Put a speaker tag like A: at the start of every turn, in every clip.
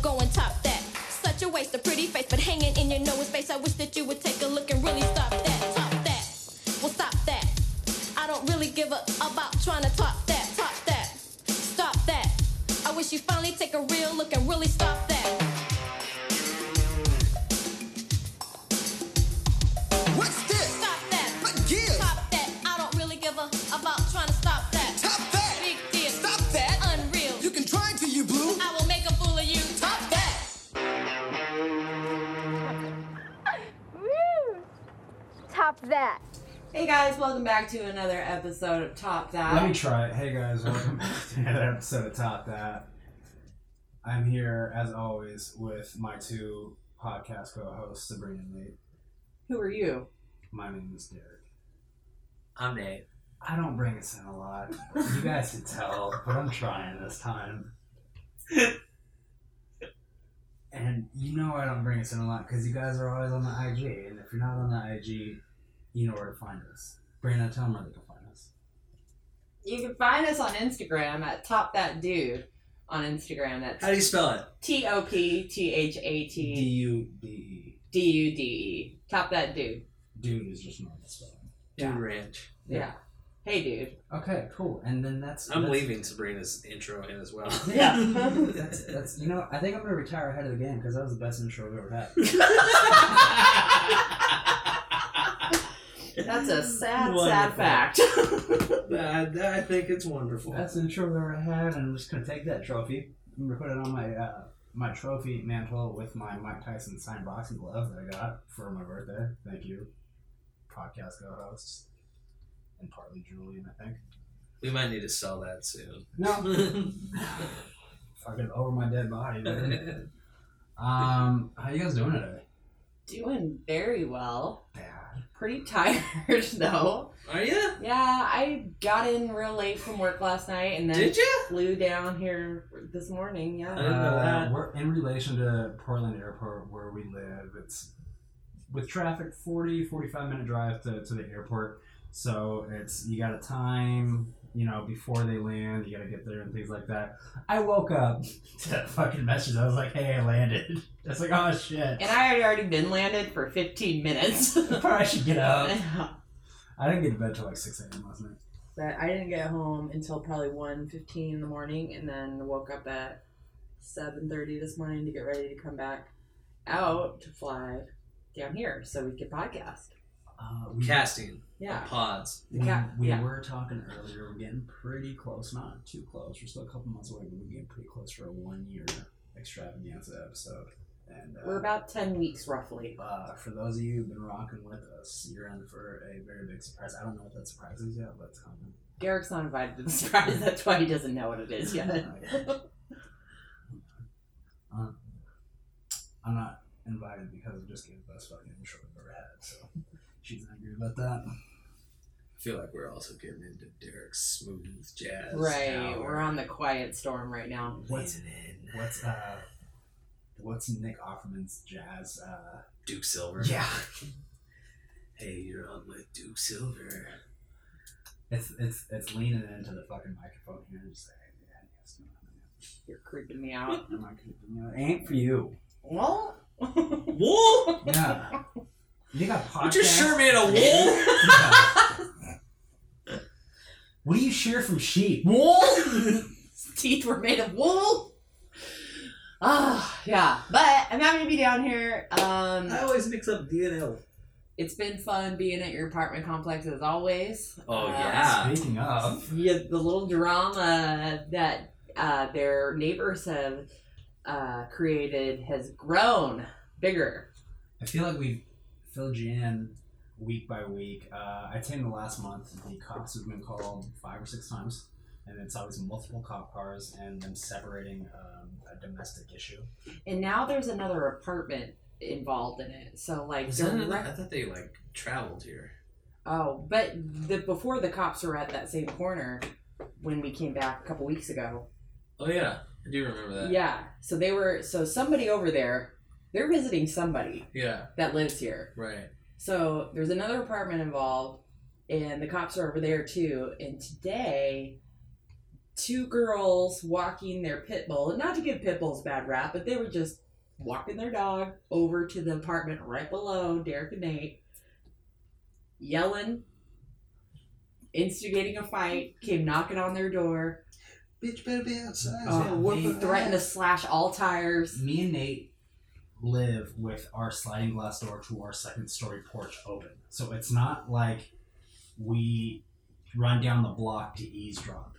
A: go and top that. Such a waste of pretty face, but hanging in your nose space. I wish that you would take a look and really stop that. Top that. Well, stop that. I don't really give a about trying to top that. Top that. Stop that. I wish you finally take a real look and really stop that.
B: What's this?
A: Stop that.
B: What gives?
A: Top that. I don't really give a about trying to stop that.
B: Top that.
A: Big deal.
B: Stop that.
A: Unreal.
B: You can try till you blue.
A: I will make a fool of you.
B: Top that.
C: Top that.
D: Hey guys, welcome back to another episode of Top That.
E: Let me try it. Hey guys, welcome back to another episode of Top That. I'm here as always with my two podcast co-hosts, Sabrina and Nate.
D: Who are you?
E: My name is Derek.
F: I'm Nate.
E: I don't bring this in a lot. You guys can tell, but I'm trying this time. And you know I don't bring this in a lot because you guys are always on the IG, and if you're not on the IG, you know where to find us. Brandon, tell them where they can find us.
D: You can find us on Instagram at Top That Dude on Instagram.
F: How do
D: That's
F: you spell it?
D: T O P T H A
E: D
D: T
E: U D E.
D: D U D E. Top That Dude.
E: Dude is just normal spelling.
F: Dude
D: Yeah.
F: Ranch.
D: Yeah.
E: Yeah.
D: Hey, dude.
E: Okay, cool. And then that's
F: I'm
E: that's,
F: leaving Sabrina's intro in as well.
E: That's that's you know I think I'm gonna retire ahead of the game because that was the best intro we've ever had.
D: That's a sad,
F: Wonderful.
D: sad fact.
F: I, I think it's wonderful.
E: Best intro we've ever had, and I'm just gonna take that trophy. I'm gonna put it on my uh, my trophy mantle with my Mike Tyson signed boxing glove that I got for my birthday. Thank you, podcast co-hosts, and partly Julian, I think.
F: we might need to sell that soon.
E: No, fucking over my dead body. man. um, how you guys doing today?
D: Doing very well.
E: Bad.
D: Pretty tired though.
F: Are you?
D: Yeah, I got in real late from work last night and then
F: Did you?
D: flew down here this morning. Yeah.
F: didn't know
E: Uh,
F: that.
E: We're in relation to Portland Airport, where we live. It's with traffic 40, 45 minute drive to, to the airport. So it's you got to time, you know, before they land, you got to get there and things like that. I woke up to that fucking message. I was like, hey, I landed. I was like, oh shit.
D: And I had already been landed for 15 minutes.
E: I probably should get up.
D: but
E: I didn't get to bed till like 6 a.m. last night.
D: I didn't get home until probably 1.15 in the morning and then woke up at 7.30 this morning to get ready to come back out to fly down here so we could podcast.
E: Uh, we,
F: Mm-hmm. Casting.
D: Yeah.
F: Pods.
E: we,
D: the cat-
E: we
D: yeah.
E: were talking earlier. We're getting pretty close. Not too close. We're still a couple months away, but we're getting pretty close for a one year extravaganza episode. And uh,
D: We're about 10 weeks roughly.
E: uh, for those of you who've been rocking with us, you're in for a very big surprise. I don't know what that surprise is yet, but it's coming.
D: Derek's not invited to the surprise. That's why he doesn't know what it is yet.
E: Uh, I'm not invited because I just gave the best fucking intro I've ever had, so she's angry about that.
F: I feel like we're also getting into Derek's smooth jazz.
D: Right.
F: hour.
D: We're on the quiet storm right now.
E: What's
F: Listening.
E: What's uh, what's Nick Offerman's jazz? Uh,
F: Duke Silver.
E: yeah,
F: Hey, you're on with Duke Silver.
E: it's it's it's leaning into the fucking microphone here and just saying, yeah, yes, no, no,
D: You're creeping me out.
E: no. I'm not gonna do that. Ain't for you.
D: Well,
F: Wool?
E: Yeah, you got podcasts.
F: Would your shirt made of wool?
E: Yeah. What do you shear from sheep?
D: wool. His teeth were made of wool. Ah, yeah. But I'm happy to be down here. Um,
F: always mix up D and L.
D: it's been fun being at your apartment complex as always.
F: Oh,
D: Uh,
F: yeah.
E: Speaking of,
D: Yeah, the little drama that uh, their neighbors have uh, created has grown bigger.
E: I feel like we've filled you in week by week. Uh, I think the last month the cops have been called five or six times, and it's always multiple cop cars and them separating um, a domestic issue.
D: And now there's another apartment involved in it. So like
F: Was
D: they're
F: that another-
D: re-
F: I thought they like traveled here.
D: Oh, but the before the cops were at that same corner when we came back a couple weeks ago.
F: Oh yeah, I do remember that.
D: Yeah. So they were so somebody over there, they're visiting somebody
F: Yeah.
D: that lives here.
F: Right.
D: So there's another apartment involved and the cops are over there too. And today two girls walking their pit bull. And Not to give pit bulls bad rap, but they were just walking their dog over to the apartment right below Derek and Nate, yelling, instigating a fight, came knocking on their door,
F: Bitch, you better be outside.
D: uh,
E: what
D: they
E: the-
D: threatened to slash all tires.
E: Me and Nate live with our sliding glass door to our second story porch open. So it's not like we run down the block to eavesdrop.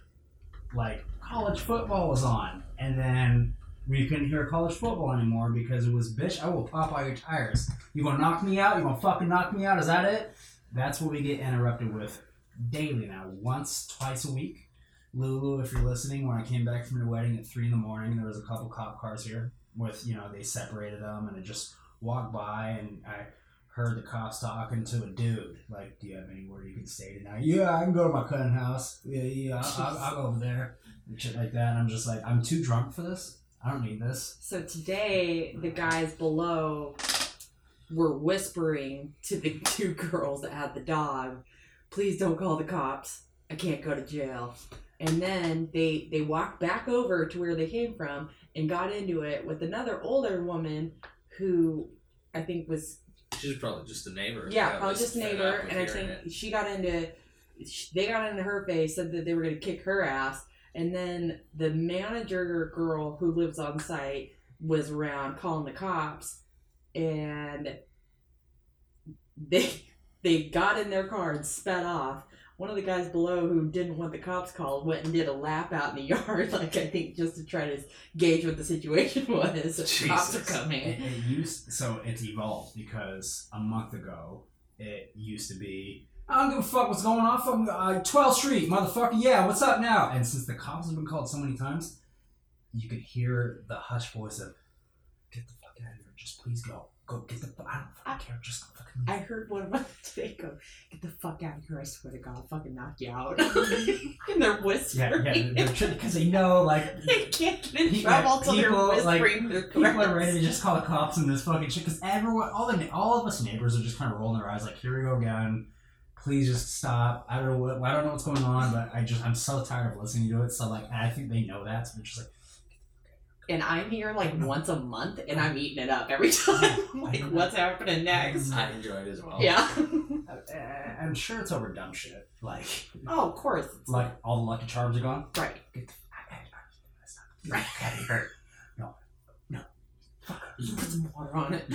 E: Like college football was on, and then we couldn't hear college football anymore because it was, bitch, I will pop all your tires. You gonna knock me out? You gonna fucking knock me out? Is that it? That's what we get interrupted with daily now, once, twice a week. Lulu, if you're listening, when I came back from your wedding at three in the morning, there was a couple cop cars here with you know they separated them and I just walked by and I heard the cops talking to a dude like, "Do you have anywhere you can stay tonight?" Yeah, I can go to my cousin house. Yeah, yeah, I'll, I'll, I'll go over there and shit like that. And I'm just like, I'm too drunk for this. I don't need this.
D: So today, the guys below were whispering to the two girls that had the dog, "Please don't call the cops. I can't go to jail." And then they they walked back over to where they came from and got into it with another older woman who I think was
F: She's probably just a neighbor.
D: yeah,
F: That
D: probably
F: was
D: just
F: fed
D: neighbor,
F: up
D: and
F: with
D: I
F: hearing
D: think
F: it.
D: she got into, sh they got into her face, said that they were going to kick her ass, and then the manager girl who lives on site was around calling the cops, and they they got in their car and sped off. One of the guys below who didn't want the cops called went and did a lap out in the yard, like I think just to try to gauge what the situation was. The Cops are
F: Jesus.
D: coming.
E: It, it used so it's evolved because a month ago it used to be. I don't give a fuck what's going on. Fucking uh, 12th Street, motherfucker. Yeah, what's up now? And since the cops have been called so many times, you could hear the hush voice of, "Get the fuck out of here! Just please go, go get the. fu- I don't fucking care. Just fucking."
D: I heard one of them today go, "Get the fuck out of here! I swear to God, I'll fucking knock you out." and they're
E: yeah,
D: whispering.
E: yeah, because they know like
D: they can't get in
E: Yeah,
D: trouble till they're
E: people, like,
D: whispering. their
E: People are ready
D: threats.
E: to just call the cops on this fucking shit because everyone, all the all of us neighbors are just kind of rolling their eyes like, "Here we go again. Please just stop. I don't know what I don't know what's going on, but I just I'm so tired of listening to it. So like, and I think they know that. So they're just like,
D: And I'm here like once a month, and I'm eating it up every time. I'm like, what's happening next?
F: I enjoyed it as well.
D: Yeah.
E: "Uh, uh, I'm sure it's over dumb shit. Like,
D: oh, of course. It's
E: like all the lucky charms are gone.
D: right.
E: Get the fuck out of here. Stop. Get the fuck out of here. No, no. Fuck.
D: You put some water on it.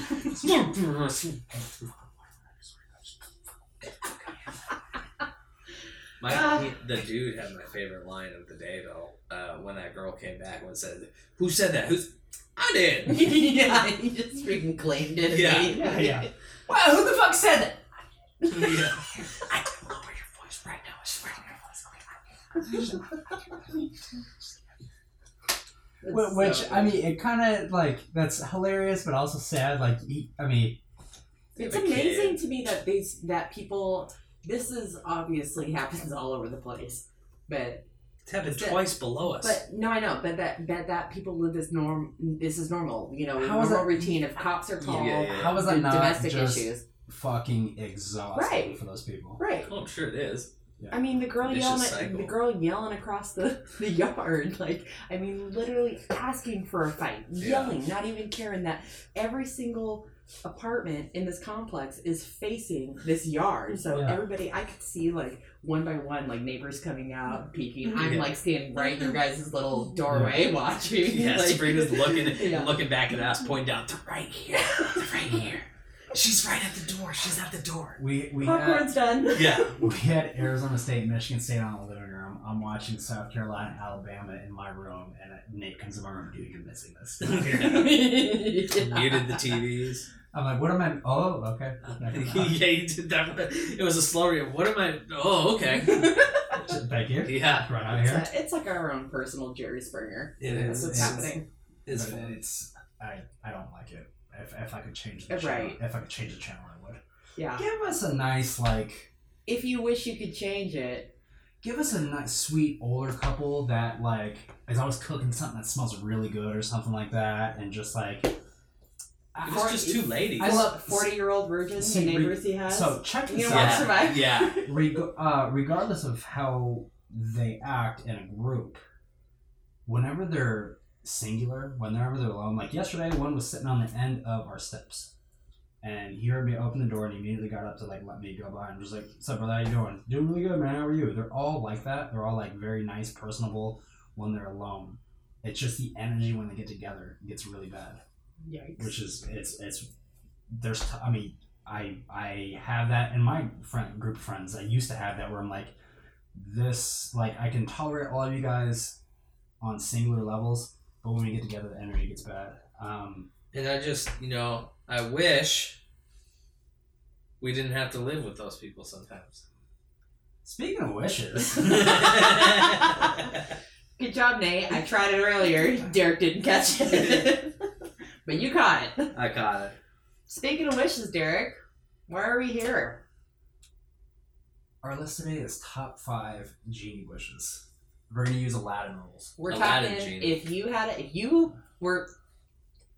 F: My,
D: Ah.
F: he- the dude had my favorite line of the day though. Uh, when that girl came back and said, "Who said that? Who's I did."
D: yeah, he just freaking claimed it.
F: Yeah.
D: immediately.
E: Yeah, yeah.
D: Wow, who the fuck said that?
F: yeah.
D: I can lower your voice right now. I swear to your voice.
E: Wh- Which I mean, it kind of like that's hilarious, but also sad. Like, he, I mean,
D: it's
F: Like,
D: amazing to me that these that people. This is obviously happens all over the place, but
F: It's happened
D: That's it.
F: twice below us.
D: but no, I know, but that but that people live this norm. This is normal, you know,
E: How
D: normal
E: is that-
D: routine of cops are called.
F: yeah, yeah.
E: How was that
D: and
E: not
D: domestic
E: just
D: issues?
E: fucking exhausting
D: Right.
E: for those people?
D: Right.
F: oh, I'm sure it is.
D: I mean, the girl
F: Vicious
D: yelling, at,
F: cycle.
D: the girl yelling across the, the yard, like I mean, literally asking for a fight,
F: Yeah.
D: yelling, not even caring that every single apartment in this complex is facing this yard. So
E: Yeah.
D: everybody, I could see like one by one, like neighbors coming out, peeking. I'm
F: Mm-hmm. Yeah. Mm-hmm.
D: like standing right in your guys' little doorway, watching.
F: Yeah,
D: like,
F: Sabrina's looking
D: Yeah.
F: looking back at us, pointing out to right here, to right here. She's right at the door. She's at the door.
E: We we had,
D: Popcorn's done.
F: Yeah.
E: we had Arizona State, Michigan State on the living room. I'm watching South Carolina, Alabama in my room, and Nate comes in my room, dude, you're missing this.
F: Muted the TVs.
E: I'm like, what am I? Oh, okay.
F: yeah, you did that. one. It was a slow read. What am I? Oh, okay.
E: Thank you.
F: Yeah.
E: Right out of
D: It's,
E: here.
D: a- uh, it's like our own personal Jerry Springer.
F: It
D: That's
F: is.
D: what's
F: It's-
D: happening.
F: It's
E: But
F: fun.
E: it's I I don't like it. If, if I could change the channel,
D: Right.
E: if I could change the channel, I would.
D: Yeah.
E: Give us a nice like.
D: If you wish you could change it,
E: give us a nice sweet older couple that like is always cooking something that smells really good or something like that and just like
F: It was just two ladies.
D: I
E: I love-
D: love forty-year-old virgins
E: See,
D: and
E: we-
D: neighbors he has.
E: so check
D: you
E: this
D: know what
E: out
F: Yeah.
D: survive?
F: Yeah.
E: Reg- uh, regardless of how they act in a group. Whenever they're singular, whenever they're alone, like yesterday, one was sitting on the end of our steps. And he heard me open the door and he immediately got up to like let me go by and was like, What's up, brother? How you doing? Doing really good, man. How are you? They're all like that. They're all like very nice, personable when they're alone. It's just the energy when they get together gets really bad which is it's it's there's t- I mean I I have that in my friend group of friends I used to have that where I'm like this like I can tolerate all of you guys on singular levels but when we get together the energy gets bad um,
F: And I just, you know, I wish we didn't have to live with those people sometimes.
E: speaking of wishes
D: Good job, Nate. I tried it earlier. Derek didn't catch it. but you caught it.
F: I got it.
D: Speaking of wishes, Derek, why are we here?
E: our list today is top five genie wishes we're gonna use Aladdin rules
D: We're
F: Aladdin
D: talking
F: genie.
D: if you had a, if you were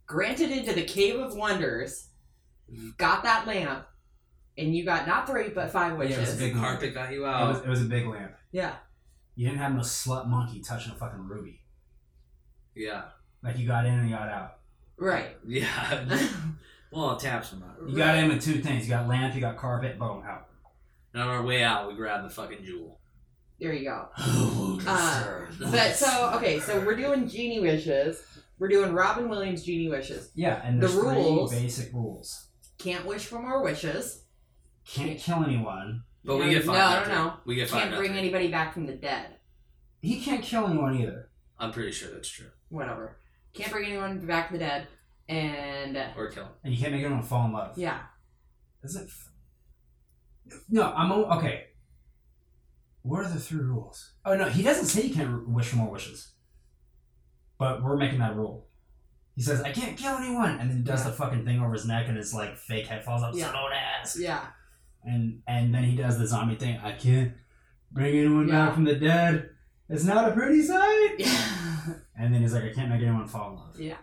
D: granted into the cave of wonders, got that lamp, and you got not three but five
E: Yeah, it was
D: wishes.
E: a big one.
F: Carpet got you
E: it, was,
F: out.
E: it was a big lamp
D: Yeah.
E: you didn't have no slut monkey touching a fucking ruby
F: Yeah.
E: like you got in and you got out
D: Right.
F: Yeah. well, it taps them out.
E: You got in with two things. You got lamp, you got carpet, boom, out.
F: And on our way out, we grabbed the fucking jewel.
D: there you go.
F: uh,
D: But so okay, so we're doing genie wishes. We're doing Robin Williams genie wishes.
E: Yeah, and
D: The
E: there's three
D: rules.
E: basic rules.
D: Can't wish for more wishes.
E: Can't kill anyone.
F: But we get
D: No,
F: five.
D: no,
F: nothing.
D: no.
F: We get 5
D: Can't bring
F: nothing.
D: anybody back from the dead.
E: He can't kill anyone either.
F: I'm pretty sure that's true.
D: Whatever. Can't bring anyone back from the dead. And uh,
F: Or kill him.
E: And you can't make anyone fall in love.
D: yeah,
E: Is it? F- no, I'm o- okay. What are the three rules? Oh no, he doesn't say you can't r- wish for more wishes. But we're making that rule. He says I can't kill anyone, and then he does
D: Yeah.
E: the fucking thing over his neck, and his like fake head falls off.
D: Yeah.
E: So don't ask.
D: yeah.
E: and and then he does the zombie thing. I can't bring anyone
D: Yeah.
E: back from the dead. It's not a pretty sight.
D: yeah.
E: And then he's like, I can't make anyone fall in love.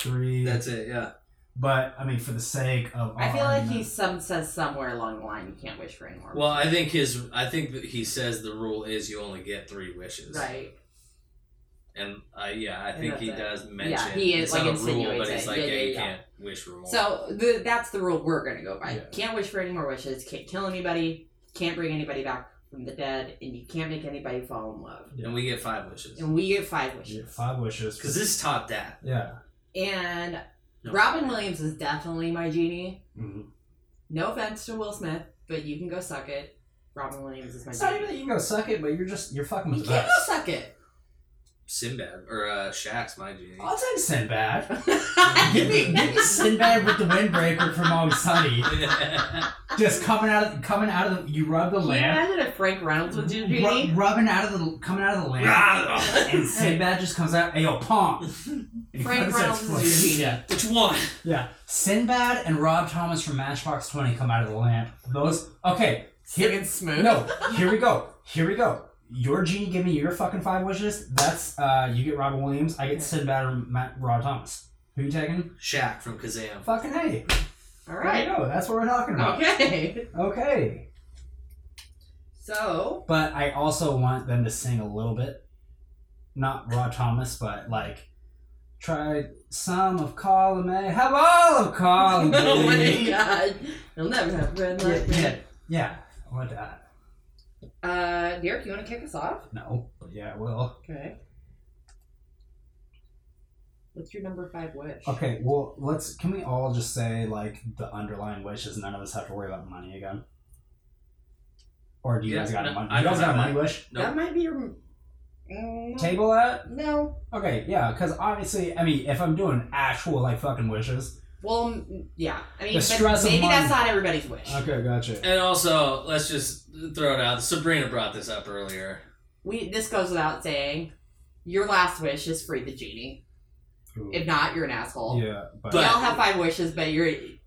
E: Three.
F: That's it, yeah.
E: But I mean, for the sake of,
D: I feel like
E: argument-
D: he some says somewhere along the line you can't wish for any more.
F: Well, I think his. I think that he says the rule is you only get three wishes.
D: right.
F: And uh, yeah, I
D: And
F: think he
D: that's
F: does mention.
D: he is,
F: it's
D: like,
F: not a rule,
D: insinuates
F: but he's
D: it.
F: like,
D: Yeah,
F: yeah,
D: yeah,
F: you
D: yeah.
F: can't wish for more.
D: So the, that's the rule we're gonna go by.
E: Yeah.
D: Can't wish for any more wishes. Can't kill anybody. Can't bring anybody back from the dead, and you can't make anybody fall in love.
F: and we get five wishes
D: And we get five
E: Yeah,
D: wishes.
E: five wishes.
F: because this top that.
E: yeah.
D: And
F: No.
D: Robin Williams is definitely my genie.
E: Mhm.
D: No offense to Will Smith, but you can go suck it. Robin Williams is my
E: It's not
D: genie.
E: even that you can go suck it, but you're just you're fucking
D: You
E: with the
D: can't go
E: best.
D: suck it.
F: Sinbad or uh, Shaq's my genie.
E: I'll take Sinbad. give me
D: I
E: give me Sinbad with the windbreaker from Always Sunny, just coming out of coming out of the you rub the
D: Can you
E: lamp,
D: imagine if Frank Reynolds was your
E: ru-
D: genie?
E: rubbing out of the coming out of the lamp.
D: Oh.
E: And Sinbad just comes out, hey yo, Pong. And he
D: Frank
E: puts his
D: Reynolds
E: foot-
D: is your genie.
E: Yeah,
F: Which one?
E: yeah. Sinbad and Rob Thomas from Matchbox 20 come out of the lamp. Those, okay,
D: Singing smooth.
E: no, here we go. Here we go. Your genie give me your fucking five wishes. That's, uh, you get Robin Williams, I get Sinbad or Ma- Rob Thomas. Who you taking?
F: Shaq from Kazam.
E: Fucking hey.
D: All
E: There you
D: right. Oh.
E: go. That's what we're talking about.
D: Okay.
E: okay.
D: So
E: But I also want them to sing a little bit. Not Rod Thomas, but like try some of column A, have all of column B.
D: Oh my god. You'll never have red
E: yeah,
D: light.
E: yeah, yeah. I want that.
D: Uh Derek, you wanna kick us off?
E: No, but yeah, I will.
D: Okay. What's your number five wish?
E: Okay, well, let's. Can we all just say like the underlying wishes? None of us have to worry about money again. Or do you
F: Yeah,
E: guys got
F: no,
E: a money?
F: I
E: You
F: don't
E: guys got a
F: have
E: money
F: that.
E: wish?
F: No.
D: That might be your Mm,
E: Table that.
D: No.
E: Okay, yeah, because obviously, I mean, if I'm doing actual like fucking wishes.
D: Well, mm, yeah. I mean,
E: The
D: but
E: stress of
D: maybe that's
E: money.
D: not everybody's wish.
E: Okay, gotcha.
F: And also, let's just throw it out. Sabrina brought this up earlier.
D: We this goes without saying. Your last wish is free the genie.
E: Ooh.
D: If not, you're an asshole.
E: Yeah, but,
D: We
F: But-
D: all have five wishes, but you're you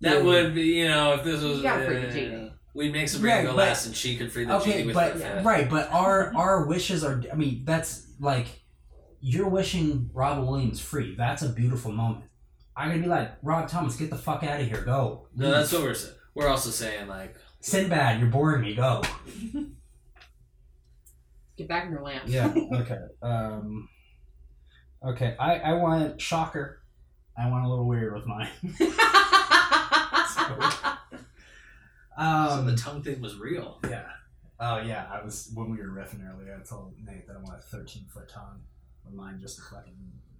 F: That
E: Yeah.
F: would be, you know, if this was.
D: got free the
F: uh,
D: genie.
F: We'd make Sabrina
E: Right,
F: go
E: but-
F: last and she could free the
E: okay,
F: genie with
E: but
F: her fist.
E: right, but our our wishes are. I mean, that's like you're wishing Robin Williams free. That's a beautiful moment. I'm gonna be like Rob Thomas, get the fuck out of here, go.
F: No, that's what we're saying. We're also saying, like,
E: Sinbad, you're boring me, go.
D: Get back in your lamp.
E: Yeah. Okay. Um, okay. I, I want shocker. I want a little weird with mine.
F: so the
E: Um,
F: tongue thing was real.
E: yeah. Oh yeah. I was when we were riffing earlier. I told Nate that I want a 13 foot tongue. But mine just fucking.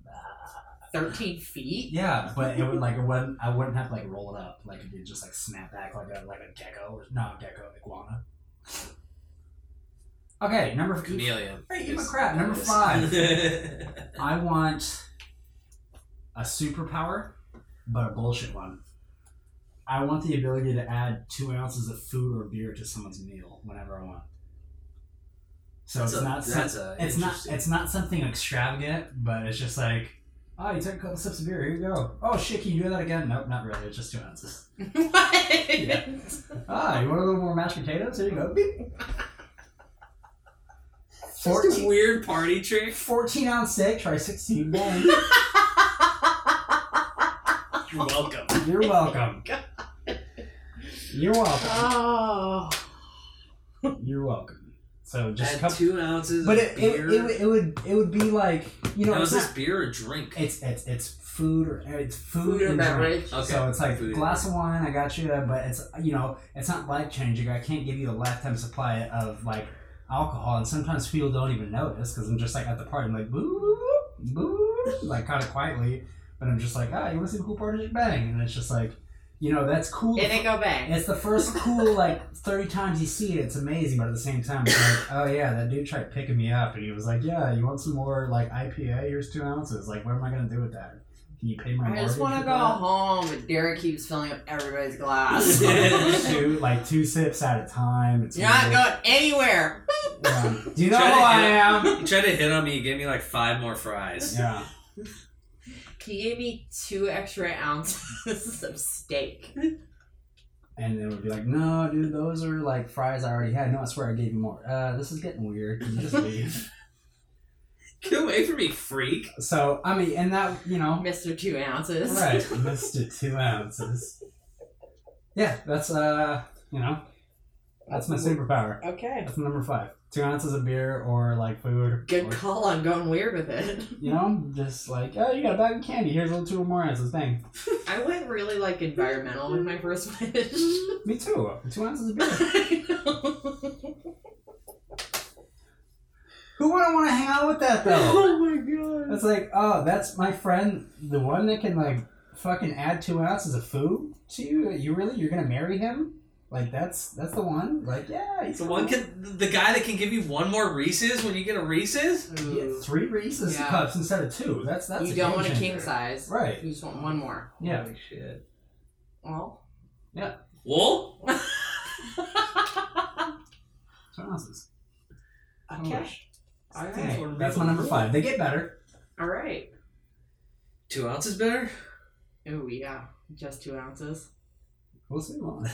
E: ah.
D: Thirteen feet.
E: Yeah, but it would like it wouldn't. I wouldn't have to like roll it up. Like it would just like snap back like a like a gecko or not gecko iguana. Okay, number
F: Chameleon.
E: Hey, you
F: It's-
E: a crap. Number
F: it's-
E: five. I want a superpower, but a bullshit one. I want the ability to add two ounces of food or beer to someone's meal whenever I want. So
F: That's
E: it's
F: a-
E: not some,
F: that's a
E: it's not
F: interesting-
E: it's not something extravagant, but it's just like, oh, you took a couple sips of beer. Here you go. Oh shit, can you do that again? Nope, not really. It's just two ounces.
D: What?
E: Yeah. Ah, you want a little more mashed potatoes? Here you go. Beep.
F: Just a
E: Fourteen,
F: weird party trick.
E: 14 ounce steak. Try sixteen. Bang.
F: You're welcome.
E: You're welcome. You're welcome.
D: Oh.
E: You're welcome. So just
F: Add
E: come,
F: two ounces
E: but
F: of
E: it, it,
F: beer.
E: it, would- it would it would be like you know
F: Now, is
E: it's
F: this
E: not,
F: beer or drink?
E: it's it's it's food or it's food,
D: Food or
E: and drink.
D: beverage.
F: Okay.
E: So it's like
F: Food and
E: glass of wine, I got you, uh, but it's you know it's not life changing. I can't give you a lifetime supply of like alcohol, and sometimes people don't even notice because I'm just like at the party, I'm like boo boo, like kind of quietly, but I'm just like ah, you want to see the cool part of bang, and it's just like you know that's cool.
D: And it go bang.
E: It's the first cool like thirty times you see it. It's amazing, but at the same time, it's like, oh yeah, that dude tried picking me up, and he was like, yeah, you want some more like IPA? Here's two ounces. Like, what am I gonna do with that? Can you pay my
D: I just want
E: want
D: to go home, but Derek keeps filling up everybody's glass.
F: Yeah.
D: You're
E: two, like two sips at a time. It's
D: not
E: weird.
D: going anywhere.
E: Yeah. Do you know
F: Try to
E: who I
F: hit-
E: am?
F: You tried to hit on me. You gave me like five more fries.
E: Yeah.
D: Can you give me two extra ounces of steak?
E: And then we'd be like, no, dude, those are like fries I already had. No, I swear I gave you more. Uh, this is getting weird. Can you just leave?
F: Get away from me, freak.
E: so I mean, and that you know,
D: Mr. Two Ounces.
E: Right, Mister Two Ounces. Yeah, that's uh, you know, that's my superpower.
D: Okay.
E: That's number five. Two ounces of beer or like food.
D: Good
E: or,
D: call on going weird with it.
E: You know, just like oh, you got a bag of candy. Here's a little two more ounces. Bang.
D: I went really like environmental with my first wish.
E: Me too. Two ounces of beer.
D: I know.
E: Who wouldn't want to hang out with that though?
D: Oh my god.
E: That's like oh, that's my friend, the one that can like fucking add two ounces of food to you. You really, you're gonna marry him? Like that's that's the one. Like yeah, he's
F: So one can the guy that can give you one more Reese's when you get a Reese's.
E: You get three Reese's
D: Yeah.
E: cups instead of two. That's that's
D: you
E: a
D: don't
E: game
D: want a
E: changer.
D: king size.
E: right?
D: You just want one more.
E: Yeah.
F: Holy shit.
D: Well,
F: Well,
E: Someone else's.
D: okay. All right.
E: Hey, that's my number five. They get better.
D: All right.
F: two ounces better.
D: Oh yeah, just two ounces.
E: We'll see. Well,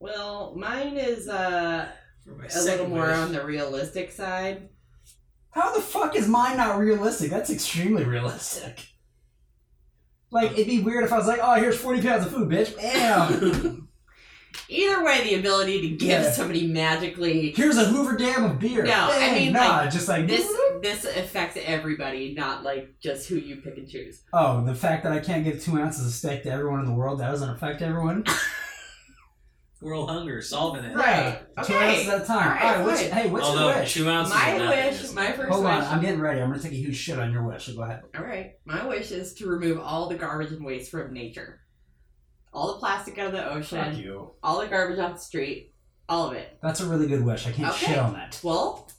D: Well, mine is uh,
F: For my
D: a little
F: second
D: more
F: wish.
D: on the realistic side.
E: how the fuck is mine not realistic? That's extremely realistic. Like it'd be weird if I was like, "Oh, here's forty pounds of food, bitch." Bam.
D: Either way, the ability to give
E: Yeah.
D: somebody magically
E: here's a Hoover Dam of beer.
D: No, I
E: Bang.
D: mean,
E: nah,
D: like,
E: just like
D: this this affects everybody, not like just who you pick and choose.
E: Oh, the fact that I can't give two ounces of steak to everyone in the world that doesn't affect everyone.
F: World hunger, solving it.
E: Right. Two
D: Okay.
E: ounces at a time.
D: All right,
E: All right. what's-
D: fine.
E: hey, what's
F: Although
E: your wish?
F: two ounces.
D: My
F: of nothing
D: wish,
F: is-
D: my first
E: Hold on,
D: wish.
E: I'm getting ready. I'm gonna take a huge shit on your wish. So go ahead.
D: All right, my wish is to remove all the garbage and waste from nature, all the plastic out of the
E: Fuck
D: ocean,
E: you.
D: all the garbage off the street, all of it.
E: That's a really good wish. I can't
D: Okay.
E: shit on that.
D: Well,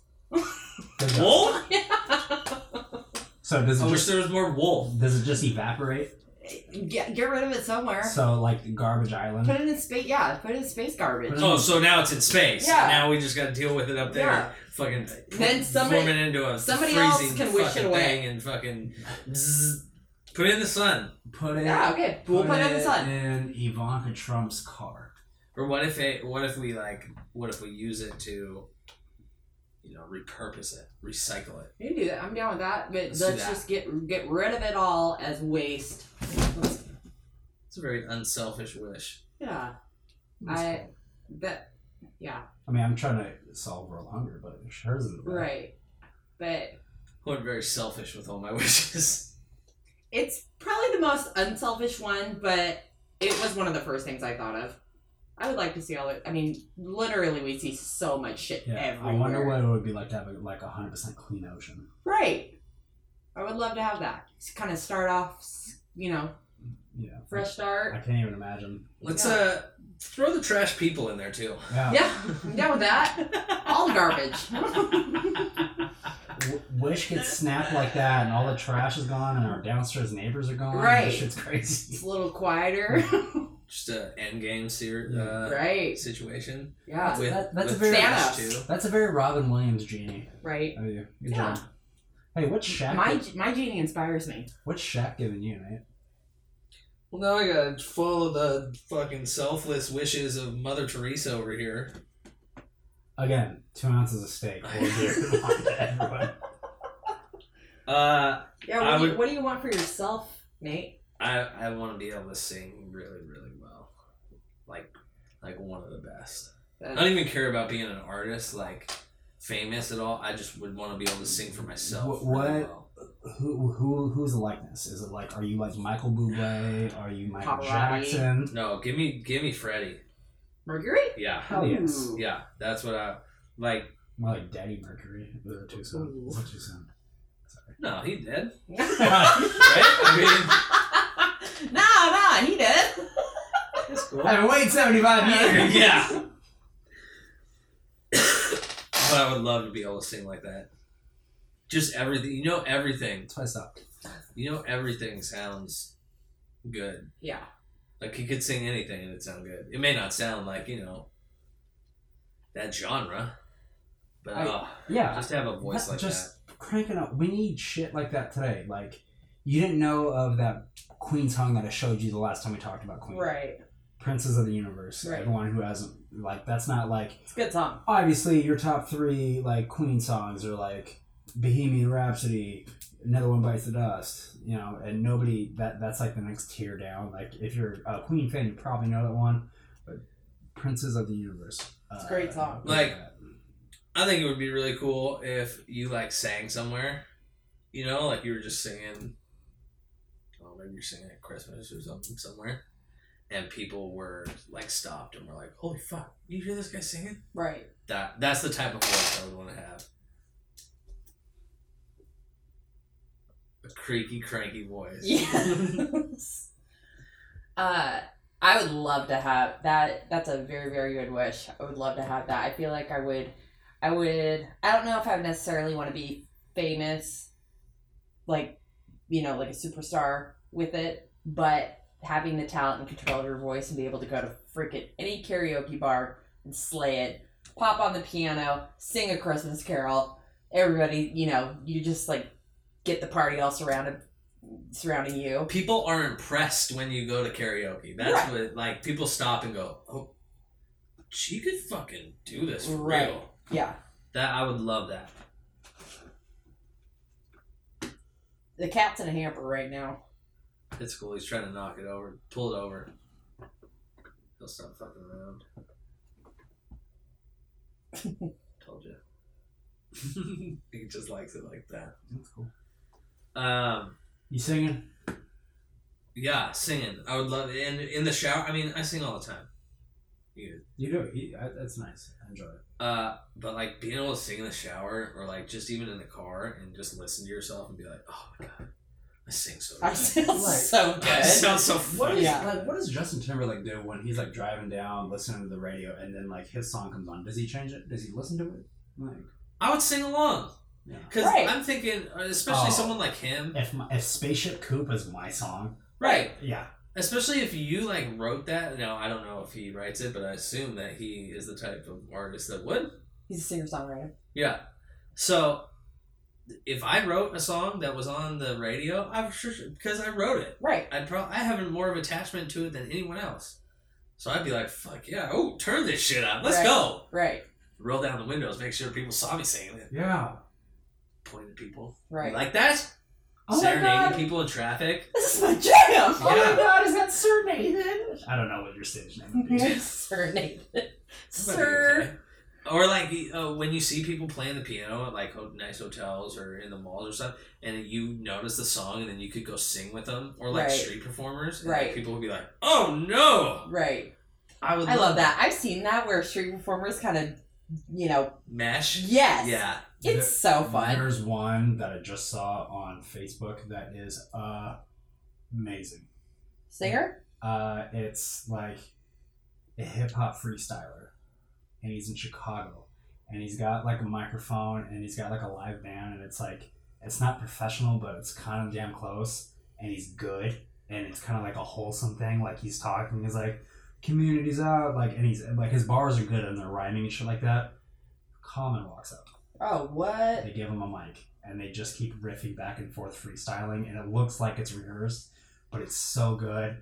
E: Good job.
F: Wolf?
E: So does
F: I
E: it
F: wish
E: just
F: there was more wolf.
E: does it just evaporate?
D: get get rid of it somewhere.
E: So like garbage island.
D: Put it in space. Yeah, put it in space garbage.
F: Oh, so now it's in space.
D: Yeah.
F: Now we just got to deal with it up there.
D: Yeah.
F: Fucking
D: Then somebody-
F: forming into a
D: somebody else
F: freezing
D: can wish
F: fucking
D: it away.
F: thing and fucking zzz, put it in the sun.
E: Put it.
D: Yeah, okay. We'll put it in the sun.
E: in Ivanka Trump's car.
F: Or what if it? What if we like? What if we use it to, you know, repurpose it, recycle it?
D: You can do that. I'm down with that. But
F: Let's
D: let's,
F: do that.
D: just get get rid of it all as waste.
F: It's a very unselfish wish.
D: Yeah, I that Yeah.
E: I mean, I'm trying to solve world hunger, but hers is bad.
D: Right. But
F: I went very selfish with all my wishes.
D: it's probably the most unselfish one, but it was one of the first things I thought of. I would like to see all it. I mean, literally, we see so much shit
E: Yeah,
D: everywhere.
E: I wonder what it would be like to have a, like a hundred percent clean ocean.
D: Right. I would love to have that. Just kind of start off, s- you know,
E: Yeah,
D: fresh
E: I
D: start.
E: can't even imagine.
F: Let's
D: Yeah.
F: uh throw the trash people in there too.
E: Yeah,
D: Yeah, I'm down with that. All garbage.
E: W- wish gets snapped like that, and all the trash is gone, and our downstairs neighbors are gone.
D: Right.
E: this shit's
D: it's
E: crazy.
D: a little quieter.
F: Just a end game ser-
E: Yeah.
F: uh,
D: right.
F: situation.
D: Yeah.
F: with,
E: that- that's a
F: with
E: very-
F: trash
D: Thanos.
F: too.
E: That's a very Robin Williams genie.
D: Right.
E: Oh, yeah. Good
D: Yeah.
E: job. Hey, what's Shaq?
D: My my genie inspires me.
E: what's Shaq giving you, mate?
F: Well, now I gotta follow the fucking selfless wishes of Mother Teresa over here.
E: Again, two ounces of steak. Or beer. Everyone.
F: Uh,
D: Yeah.
F: I
D: What, do, you,
F: would-
D: what do you want for yourself, Nate?
F: I I want to be able to sing really really well, like like one of the best. I don't even care about being an artist, like famous at all. I just would want to be able to sing for myself.
E: Wh- what?
F: really well.
E: Who who who's the likeness? Is it like are you like Michael Bublé? Are you Michael
D: Pavarotti.
E: Jackson?
F: No, give me give me Freddie.
D: Mercury. Oh,
F: Yeah,
E: Hell yes.
D: Ooh.
F: yeah. That's what I like.
E: More like Daddy Mercury. Is that too soon? Is that too soon?
F: No, he did.
E: I
F: Right? I
D: nah, nah, he did.
F: mean, that's cool.
E: haven't waited seventy five years.
F: yeah. but I would love to be able to sing like that. Just everything. You know everything.
E: That's why I stopped.
F: You know everything sounds good.
D: Yeah.
F: Like he could sing anything and it sound good. It may not sound like you know that genre, but
E: I-
F: uh,
E: Yeah.
F: just to have a voice
E: That-
F: like that.
E: just cranking up. We need shit like that today. Like you didn't know of that Queen song that I showed you the last time we talked about Queen.
D: Right.
E: Princes of the Universe.
D: Right.
E: Everyone who hasn't like that's not like
D: It's a good song.
E: obviously your top three like Queen songs are like Bohemian Rhapsody, Another One Bites the Dust, you know, and nobody that that's like the next tier down. Like if you're a Queen fan, you probably know that one. But Princes of the Universe, uh,
D: It's a great song.
F: Like- I think it would be really cool if you like sang somewhere. You know, like you were just singing. Oh, maybe you're singing at Christmas or something somewhere, and people were like stopped and were like, "Holy fuck! You hear this guy singing?"
D: Right.
F: That that's the type of voice I would want to have. A creaky, cranky voice.
D: Yes. uh, I would love to have that. That's a very, very good wish. I would love to have that. I feel like I would, I would, I don't know if I would necessarily want to be famous, like, you know, like a superstar with it, but having the talent and control of your voice and be able to go to freaking any karaoke bar and slay it, pop on the piano, sing a Christmas carol, everybody, you know, you just like get the party all surrounded surrounding you.
F: People are impressed when you go to karaoke. That's
D: Right.
F: what like people stop and go, "Oh, she could fucking do this for
D: Right.
F: real."
D: Yeah.
F: That I would love that.
D: The cat's in a hamper right now.
F: It's cool. He's trying to knock it over, pull it over. He'll stop fucking around. Told you. he just likes it like that.
E: That's cool.
F: Um,
E: You singing?
F: yeah, singing. I would love it. And in the shower, I mean, I sing all the time. You-
E: You do. You, I, that's nice. I enjoy it.
F: Uh, but like being able to sing in the shower or like just even in the car and just listen to yourself and be like, oh my god, I sing so
D: I
F: good.
D: sound
E: Right.
D: so
F: I
D: good.
F: sound so
E: What
F: funny.
E: is
D: Yeah.
E: like? What does Justin Timberlake do when he's like driving down, listening to the radio, and then like his song comes on? Does he change it? Does he listen to it? Like,
F: I would sing along.
E: yeah.
F: Because
D: Right.
F: I'm thinking, uh, especially
E: Oh.
F: someone like him.
E: If my, if Spaceship Coop is my song,
F: Right.
E: yeah,
F: Especially if you like wrote that. Now I don't know if he writes it, but I assume that he is the type of artist that would.
D: He's a singer songwriter.
F: Yeah. So if I wrote a song that was on the radio, I'm sure because I wrote it,
D: Right.
F: I pro- I have more of attachment to it than anyone else. So I'd be like, "Fuck yeah! Oh, turn this shit up. Let's
D: Right.
F: go."
D: Right.
F: Roll down the windows, make sure people saw me singing it,
E: yeah.
F: point at people. You
D: Right.
F: like that?
D: Oh my
F: serenading
D: god,
F: people in traffic.
D: this is my jam. Oh
F: Yeah.
D: my god, is that Sir Nathan?
E: I don't know what your stage name would be.
D: Sir Nathan.
F: That'd be
D: Sir.
F: okay. Or like uh, when you see people playing the piano at like ho- nice hotels or in the malls or stuff, and you notice the song, and then you could go sing with them, or like
D: Right.
F: street performers. And,
D: Right.
F: Like, people would be like, "Oh no!"
D: Right.
F: I would.
D: I love that. I've seen that where street performers kind of, you know,
F: Mesh.
D: yes.
F: Yeah.
D: It's so fun.
E: There's one that I just saw on Facebook that is uh, amazing.
D: Singer?
E: Uh, it's like a hip hop freestyler, and he's in Chicago, and he's got like a microphone, and he's got like a live band, and it's like it's not professional, but it's kind of damn close, and he's good, and it's kind of like a wholesome thing. Like he's talking, he's like communities out, like and he's like his bars are good and they're rhyming and shit like that. Common walks up.
D: Oh, what?
E: They give him a mic and they just keep riffing back and forth, freestyling, and it looks like it's rehearsed, but it's so good.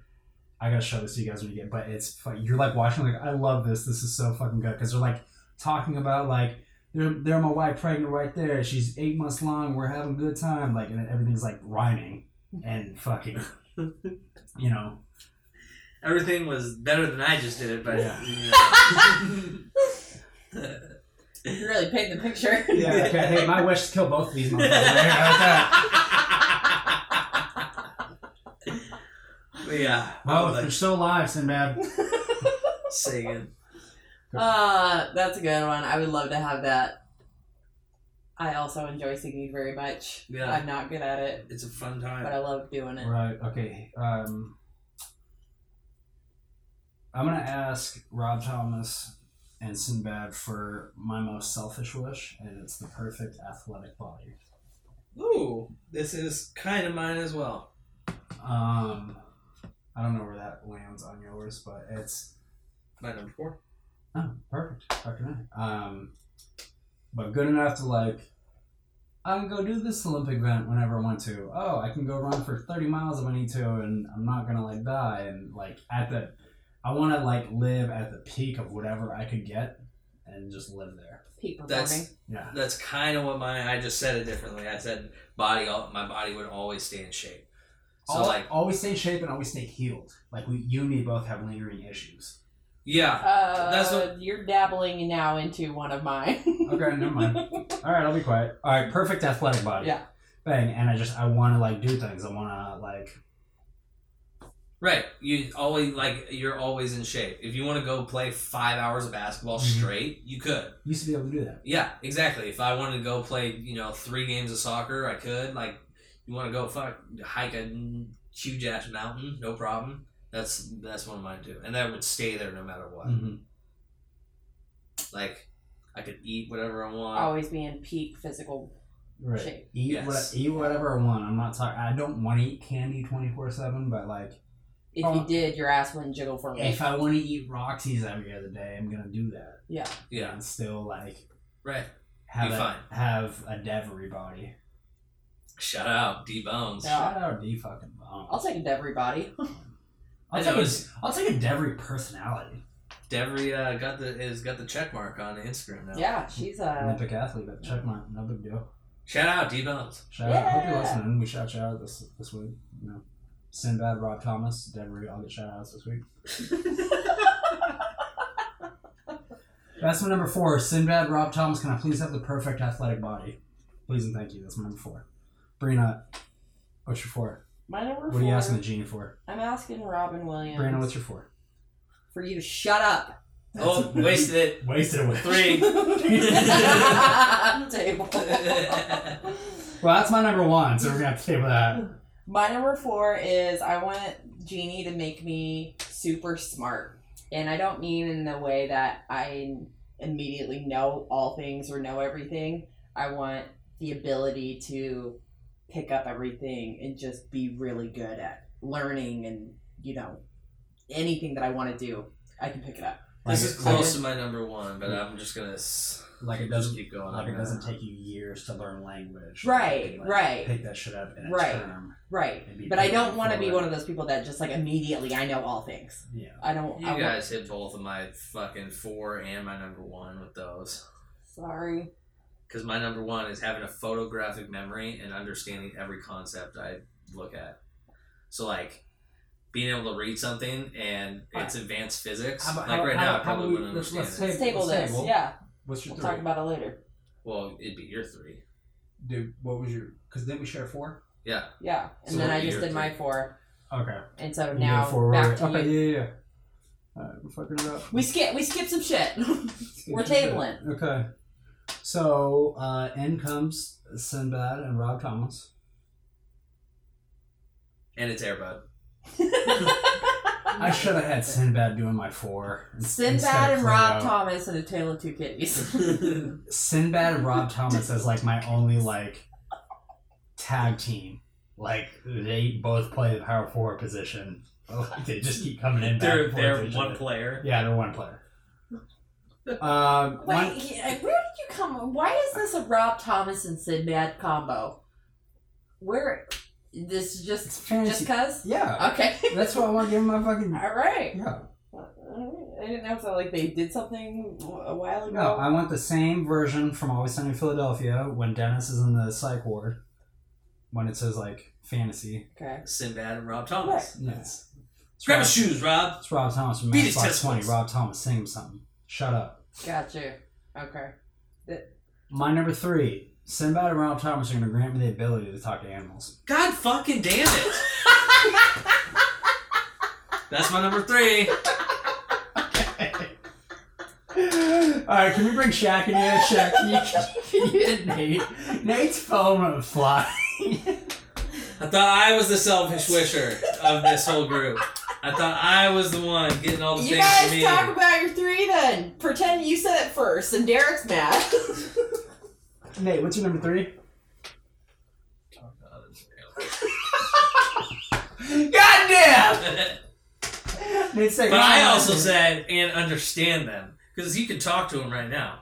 E: I gotta show this to you guys when you get, but it's fu- you're like watching like I love this. This is so fucking good because they're like talking about like they're they're my wife pregnant right there. She's eight months long. We're having a good time. Like and everything's like rhyming and fucking, you know.
F: Everything was better than I just did it, but
E: Yeah.
D: You really paint the picture.
E: Yeah. Okay. Hey, my wish is to kill both of these motherfuckers. How's that?
F: but yeah, I
E: Oh,
F: would
E: they're
F: like
E: still alive, Sinbad.
F: singing.
D: Uh, that's a good one. I would love to have that. I also enjoy singing very much.
F: Yeah.
D: I'm not good at it,
F: It's a fun
D: but
F: time.
D: I love doing it.
E: Right. Okay. Um, I'm gonna ask Rob Thomas and Sinbad for my most selfish wish, and it's the perfect athletic body.
F: Ooh, this is kind of mine as well.
E: Um, I don't know where that lands on yours, but it's
F: My number four.
E: oh, perfect. Fucking A. Um, but good enough to like. I can go do this Olympic event whenever I want to. Oh, I can go run for 30 miles if I need to, and I'm not gonna like die. And like at the, I want to like live at the peak of whatever I could get, and just live there.
D: Peak performing.
F: That's
E: Yeah.
F: that's kind of what my I just said it differently. I said body, al- my body would always stay in shape. So
E: Al-
F: like,
E: always stay in shape and always stay healed. Like we, you and me both have lingering issues.
F: yeah,
D: uh,
F: that's what-
D: you're dabbling now into one of mine.
E: Okay, never mind. All right, I'll be quiet. All right, perfect athletic body.
D: Yeah.
E: Bang, and I just I want to like do things. I want to like
F: right. You always like you're always in shape. If you want to go play five hours of basketball
E: Mhm.
F: straight, you could.
E: used to be able to do that.
F: Yeah, exactly. If I wanted to go play, you know, three games of soccer, I could. Like, you want to go fuck hike a huge ass mountain, no problem. That's that's one of mine too, and that would stay there no matter what.
E: Mhm.
F: Like, I could eat whatever I want.
D: Always be in peak physical
E: Right.
D: shape.
E: Eat
F: Yes.
E: what, eat whatever I want. I'm not talking. I don't want to eat candy 24 seven, but like
D: If
E: Oh.
D: you did, your ass wouldn't jiggle for me.
E: if I want to eat Roxy's every other day, I'm gonna do that.
D: yeah.
F: Yeah,
E: And still like
F: right.
E: have
F: Be
E: a,
F: fine.
E: have a devery body.
F: Shout out D Bones.
D: Yeah.
E: Shout out D fucking bomb.
D: I'll take a devery body.
F: I
E: I'll take,
F: know
E: a,
F: it's
E: I'll take a devery personality.
F: Devery uh, got the has got the check mark on Instagram now.
D: Yeah, she's uh, a.
E: Olympic athlete, but check mark, no big deal.
F: Shout out D Bones.
E: Shout out. Hope you're
D: Yeah.
E: listening. We shout you out this this week. You know, Sinbad, Rob Thomas, Devery, I'll get shout outs this week. That's my number four. Sinbad, Rob Thomas, can I please have the perfect athletic body? Please and thank you. That's my number four. Brina, what's your four?
D: My number
E: What
D: four.
E: are you asking the genie for?
D: I'm asking Robin Williams.
E: Brina, what's your four?
D: for you to shut up.
F: Oh,
E: That's-
F: wasted it.
E: Wasted away.
F: Three.
D: Table.
E: Well, that's my number one, so we're gonna have to table that.
D: My number four is I want Genie to make me super smart. And I don't mean in the way that I immediately know all things or know everything. I want the ability to pick up everything and just be really good at learning and, you know, anything that I want to do, I can pick it up.
E: Like,
F: This
E: it-
F: is close to my number one, but I'm just gonna s-
E: Like it
F: just
E: doesn't.
F: keep going.
E: Like
F: on
E: it
F: that.
E: doesn't take you years to learn language.
D: Right,
E: You can, like,
D: right.
E: Pick that shit up in a
D: Right.
E: term.
D: Right.
E: and be
D: But I
E: thankful
D: don't want to
E: for
D: be
E: it.
D: one of those people that just like immediately I know all things.
E: Yeah.
D: I don't.
F: You
D: I want-
F: guys hit both of my fucking four and my number one with those.
D: Sorry.
F: because my number one is having a photographic memory and understanding every concept I look at. So like being able to read something and it's advanced physics.
E: How about-
F: like
E: how-
F: right
E: how-
F: now, I
E: how
F: probably
E: about we-
F: wouldn't
E: let's-
F: understand
E: let's
F: it.
E: Table-
D: Let's table this.
E: table.
D: Yeah.
E: What's your
D: We'll
E: three?
D: talk about it later.
F: Well, it'd be your three.
E: Dude, what was your? Because didn't we share four?
F: Yeah.
D: Yeah. And
F: So
D: then
F: what
D: I
F: year
D: just did
F: is
D: my
F: it?
D: four.
E: Okay.
D: And so
E: You
D: now
E: go forward.
D: back to
E: okay,
D: you.
E: yeah, yeah, yeah. Alright, we're fucking it up.
D: We skip we skip some shit. We're tabling.
E: Okay. So uh, in comes Sinbad and Rob Thomas.
F: And it's Airbud.
E: I should have had Sinbad doing my four. in- instead
D: Sinbad
E: of
D: and Rob
E: Cleo.
D: Thomas and a tale of two kitties.
E: Sinbad and Rob Thomas as like my only like tag team. Like they both play the power forward position. Like, they just keep coming in. Back
F: they're
E: and forth
F: they're
E: to each
F: one
E: other.
F: player.
E: Yeah, they're one player. Um,
D: Wait, he- uh, where did you come? Why is this a Rob Thomas and Sinbad combo? Where this is
E: it's
D: just
E: fantasy.
D: just cause?
E: yeah,
D: Okay.
E: that's why I want to give him my fucking.
D: All right.
E: Yeah.
D: I didn't know if like they did something a while ago.
E: No, I want the same version from Always Sunny in Philadelphia when Dennis is in the psych ward. When it says like fantasy.
D: okay.
F: Sinbad and Rob Thomas.
E: Yes. It's
F: Grab
E: Rob,
F: his shoes, Rob.
E: it's Rob Thomas from
F: Beat his
E: Matchbox
F: testicles.
E: 20. Rob Thomas, sing him something. Shut up.
D: Got you. Okay.
E: My number three, Sinbad and Ronald Thomas are going to grant me the ability to talk to animals.
F: God fucking damn it. That's my number three.
E: Alright, can we bring Shaq in here? Shaq, you, you and Nate. Nate's phone went fly.
F: I thought I was the selfish wisher of this whole group. I thought I was the one getting all the
D: You
F: things for
D: guys
F: me.
D: talk about your three then. Pretend you said it first, and Derek's mad.
E: Nate, what's your number three? Goddamn! Nate's like,
F: but I
E: "Oh,
F: also
E: man."
F: said and understand them because you can talk to them right now.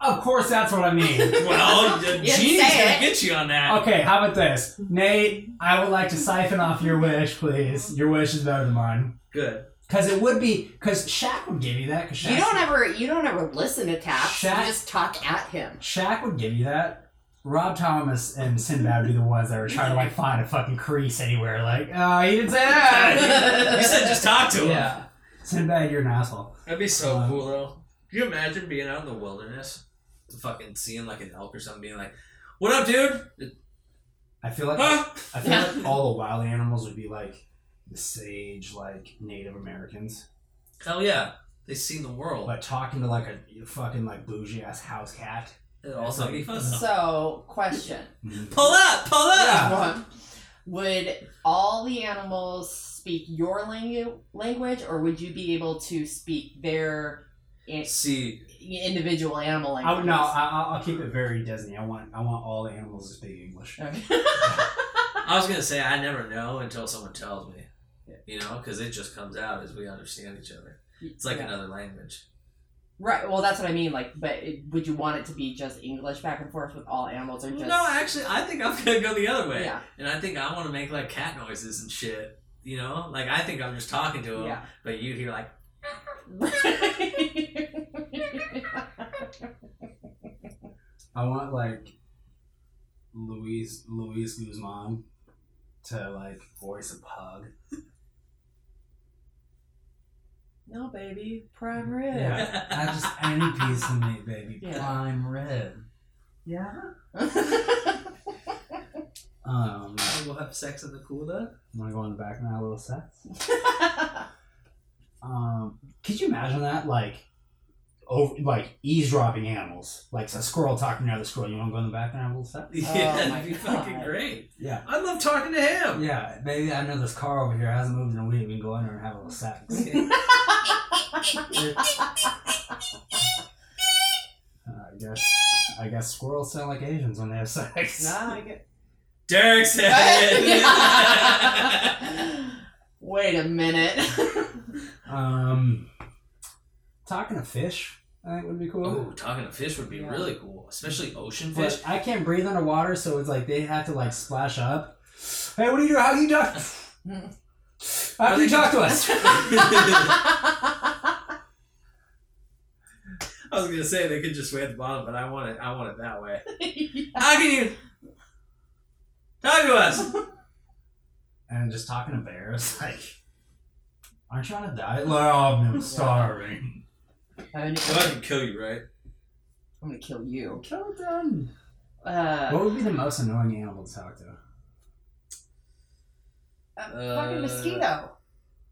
E: Of course, that's what I mean.
F: Well,
D: You
F: Gene's
D: say
F: gonna
D: it.
F: get you on that.
E: Okay, how about this? Nate, I would like to siphon off your wish, please. Your wish is better than mine.
F: Good.
E: Because it would be, because Shaq would give you that. Cause Shaq's
D: you don't ever you don't ever listen to Taps. You
E: Shaq-
D: just talk at him.
E: Shaq would give you that. Rob Thomas and Sinbad would be the ones that were trying to like find a fucking crease anywhere. Like, oh, he didn't say that.
F: You said just talk to him.
E: yeah. Sinbad, you're an asshole.
F: That'd be so
E: Um,
F: cool though. Can you imagine being out in the wilderness, fucking seeing like an elk or something, being like, "What up, dude?
E: I feel like
F: Huh?
E: I feel like all the wild animals would be like the sage, like Native Americans,
F: Hell yeah, they seen the world.
E: but talking to like a fucking like bougie ass house cat.
F: It'd also be fun. though.
D: So, question.
F: Pull up, pull up.
E: Yeah.
D: One. Would all the animals speak your langu- language, or would you be able to speak their in-
F: See,
D: individual animal
E: I
D: language?
E: would no. I, I'll- I'll keep it very Disney. I want I want all the animals to speak English.
D: Okay.
F: I was gonna say I never know until someone tells me. You know, because it just comes out as we understand each other. It's like
D: Yeah.
F: another language.
D: Right. Well, that's what I mean. Like, but it, would you want it to be just English back and forth with all animals, or just
F: No, actually, I think I'm gonna go the other way,
D: yeah,
F: and I think I want to make like cat noises and shit. You know, like I think I'm just talking to him,
D: yeah.
F: but you hear like.
E: I want like Louise Louise Guzman to like voice a pug.
D: no, baby, prime rib.
E: Yeah, I just any piece of meat, baby.
D: Yeah.
E: Prime rib.
D: Yeah.
E: Um,
F: We'll have sex in the cooler.
E: want to go in the back and have a little sex? Um, could you imagine that? Like, over, like eavesdropping animals, like a squirrel talking to another squirrel. You want to go in the back and have a little sex?
F: Yeah,
D: my
F: that'd be
D: God.
F: fucking great.
E: Yeah.
F: I love talking to him.
E: Yeah, maybe I know this car over here hasn't moved in a week. We can go in there and have a little sex. Uh, I guess I guess squirrels sound like Asians when they have sex.
D: No, I get.
F: Derek said it.
D: Wait a minute.
E: Um, talking to fish, I think would be cool.
F: Ooh, talking to fish would be
D: Yeah.
F: really cool, especially ocean
E: But
F: fish.
E: I can't breathe underwater, so it's like they have to like splash up. Hey, what do you do? How do you talk? How do you talk to us?
F: I I was gonna say they could just wait at the bottom, but I want it. I want it that way. How can you talk to us?
E: and just talking to bears, like, aren't you on a diet? Like, oh, I'm starving.
G: I'm
F: Well, I
G: gonna,
F: can kill you, right?
G: I'm gonna kill you.
E: Kill them.
G: Uh,
E: What would be the most annoying animal to talk to?
G: a
E: Uh,
G: fucking mosquito.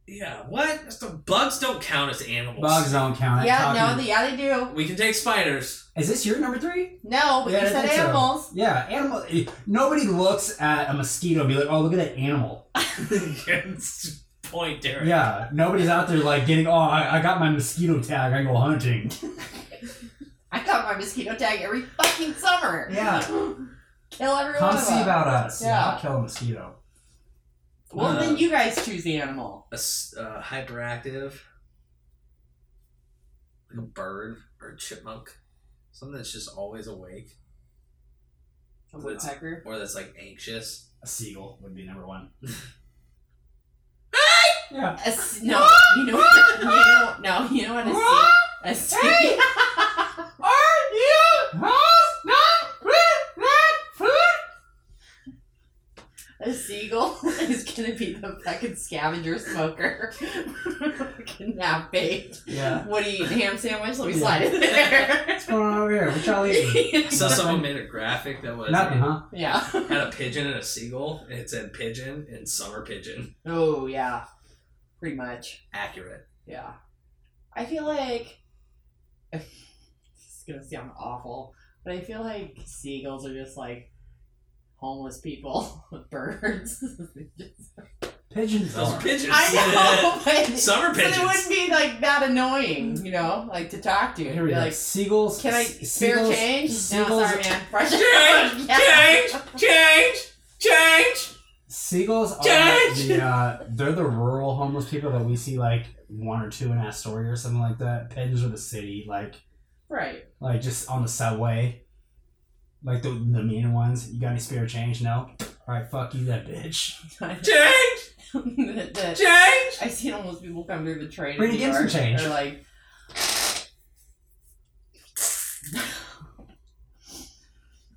F: Yeah. What? That's the- bugs don't count as animals.
E: Bugs don't count.
G: Yeah, no,
E: Talking-
G: the, yeah, they do.
F: We can take spiders.
E: Is this your number three?
G: No, but
E: Yeah,
G: you
E: I
G: said
E: think so.
G: animals.
E: Yeah, animal. eh, Nobody looks at a mosquito and be like, "Oh, look at that animal."
F: Yes. Point, Derek.
E: Yeah, nobody's out there like getting. Oh, I, I got my mosquito tag. I go hunting.
G: I got my mosquito tag every fucking summer.
E: Yeah.
G: Kill every one
E: Come
G: of
E: see
G: them.
E: about us. Yeah,
G: Yeah.
E: I'll kill a mosquito.
G: Well,
F: Uh,
G: then you guys choose the animal.
F: A s- uh, hyperactive, like a bird or a chipmunk, something that's just always awake
G: A woodpecker.
F: or that's like anxious.
E: A seagull would be number one. yeah.
G: A s- no, you know, what- you know, no, you know what a sea. A sea. A seagull is gonna be the fucking scavenger smoker. fucking that bait.
E: Yeah.
G: What do you eat? Ham sandwich? Let me slide it there.
E: What's going on over here? What y'all eating?
F: So someone made a graphic that was
E: Nothing, huh?
G: yeah.
F: had a pigeon and a seagull, and it said pigeon and summer pigeon.
G: Oh yeah. Pretty much.
F: Accurate.
G: Yeah. I feel like this is gonna sound awful, but I feel like seagulls are just like homeless people, birds.
E: Pigeons.
F: Those
E: are.
F: pigeons.
G: I know, but
F: summer
G: but
F: pigeons.
G: it wouldn't be like that annoying, you know, like to talk to.
E: Here we
G: Be
E: go.
G: like,
E: seagulls.
G: can I
E: se-
G: spare
E: seagulls-
G: change? No,
E: Seagulls,
G: sorry, man. Fresh
F: Change, change, change, change.
E: seagulls are
F: Change!
E: the uh, they're the rural homeless people that we see like one or two in Astoria or something like that. Pigeons are the city, like
G: Right.
E: like just on the subway, like the the mean ones. You got any spare change? No. All right, fuck you, that bitch.
F: Change,
G: The- the-
F: change.
G: I've seen homeless people come through the train. in
E: Brady,
G: New
E: give some
G: York,
E: change.
G: They're like,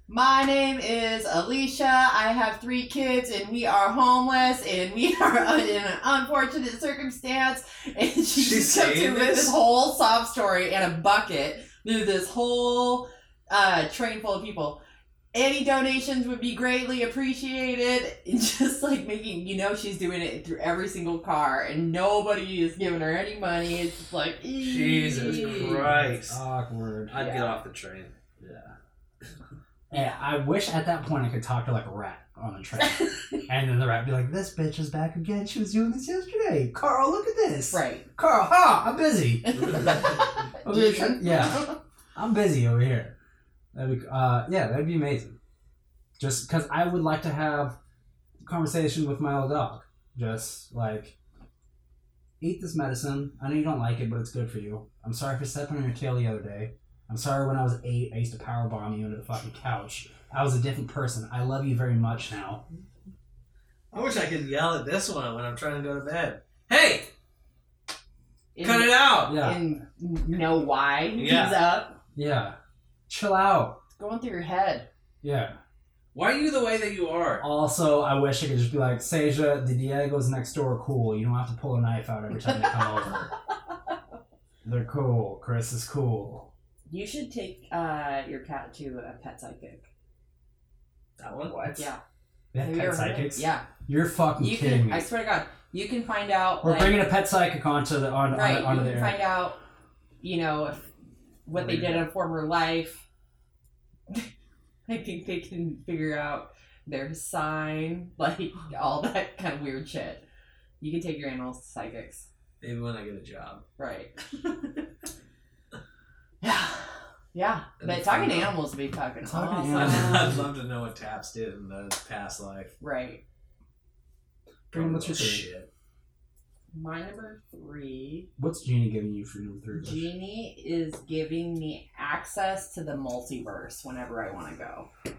G: My name is Alicia. I have three kids, and we are homeless, and we are in an unfortunate circumstance. And she
F: She's
G: just comes
F: saying
G: through with
F: this?
G: this whole sob story and a bucket through this whole uh, train full of people. Any donations would be greatly appreciated. And Just like making, you know, she's doing it through every single car, and nobody is giving her any money. It's just like
F: Jesus
G: "Eee."
F: Christ.
E: Awkward.
F: I'd get
G: Yeah.
F: off the train.
E: Yeah, I wish at that point I could talk to like a rat on the train, and then the rat would be like, "This bitch is back again. She was doing this yesterday. Carl, look at this.
G: Right.
E: Carl, ha! I'm busy. I'm busy.
G: Eating.
E: yeah. I'm busy over here. That'd be, uh, yeah, that'd be amazing. Just because I would like to have a conversation with my old dog. Just like, eat this medicine. I know you don't like it, but it's good for you. I'm sorry for stepping on your tail the other day. I'm sorry when I was eight, I used to power bomb you into the fucking couch. I was a different person. I love you very much now.
F: I wish I could yell at this one when I'm trying to go to bed. Hey,
G: In-
F: cut it out.
E: Yeah,
G: and know why he's
F: Yeah.
G: up.
E: yeah. Chill out.
G: It's going through your head.
E: Yeah.
F: Why are you the way that you are?
E: Also, I wish I could just be like, Seja, the Diego's next door cool. You don't have to pull a knife out every time they come over. They're cool. Chris is cool.
G: You should take uh, your cat to a pet psychic.
F: That one.
G: Yeah.
E: They have
G: Have you
E: pet
G: ever heard of it?
E: psychics?
G: Yeah.
E: You're fucking
G: You
E: kidding
G: can.
E: me.
G: I swear to God, you can find out.
E: We're
G: like,
E: bringing a pet psychic onto the, on,
G: right.
E: on, onto
G: you
E: the
G: can
E: air.
G: find out. You know if, what they did in a former life. I think they can figure out their sign, like all that kind of weird shit. You can take your animals to psychics.
F: Maybe when I get a job.
G: Right. yeah. Yeah.
F: That'd be
G: But talking to
F: fun, though.
G: animals would be fucking
E: Talking to
G: awesome.
F: I'd
E: animals.
F: love to know what Taps did in the past life.
G: right.
E: Green, what's your
F: Oh,
E: three?
F: shit?
G: My number three,
E: What's Genie giving you for number three? Chris?
G: Genie is giving me access to the multiverse whenever I want to go.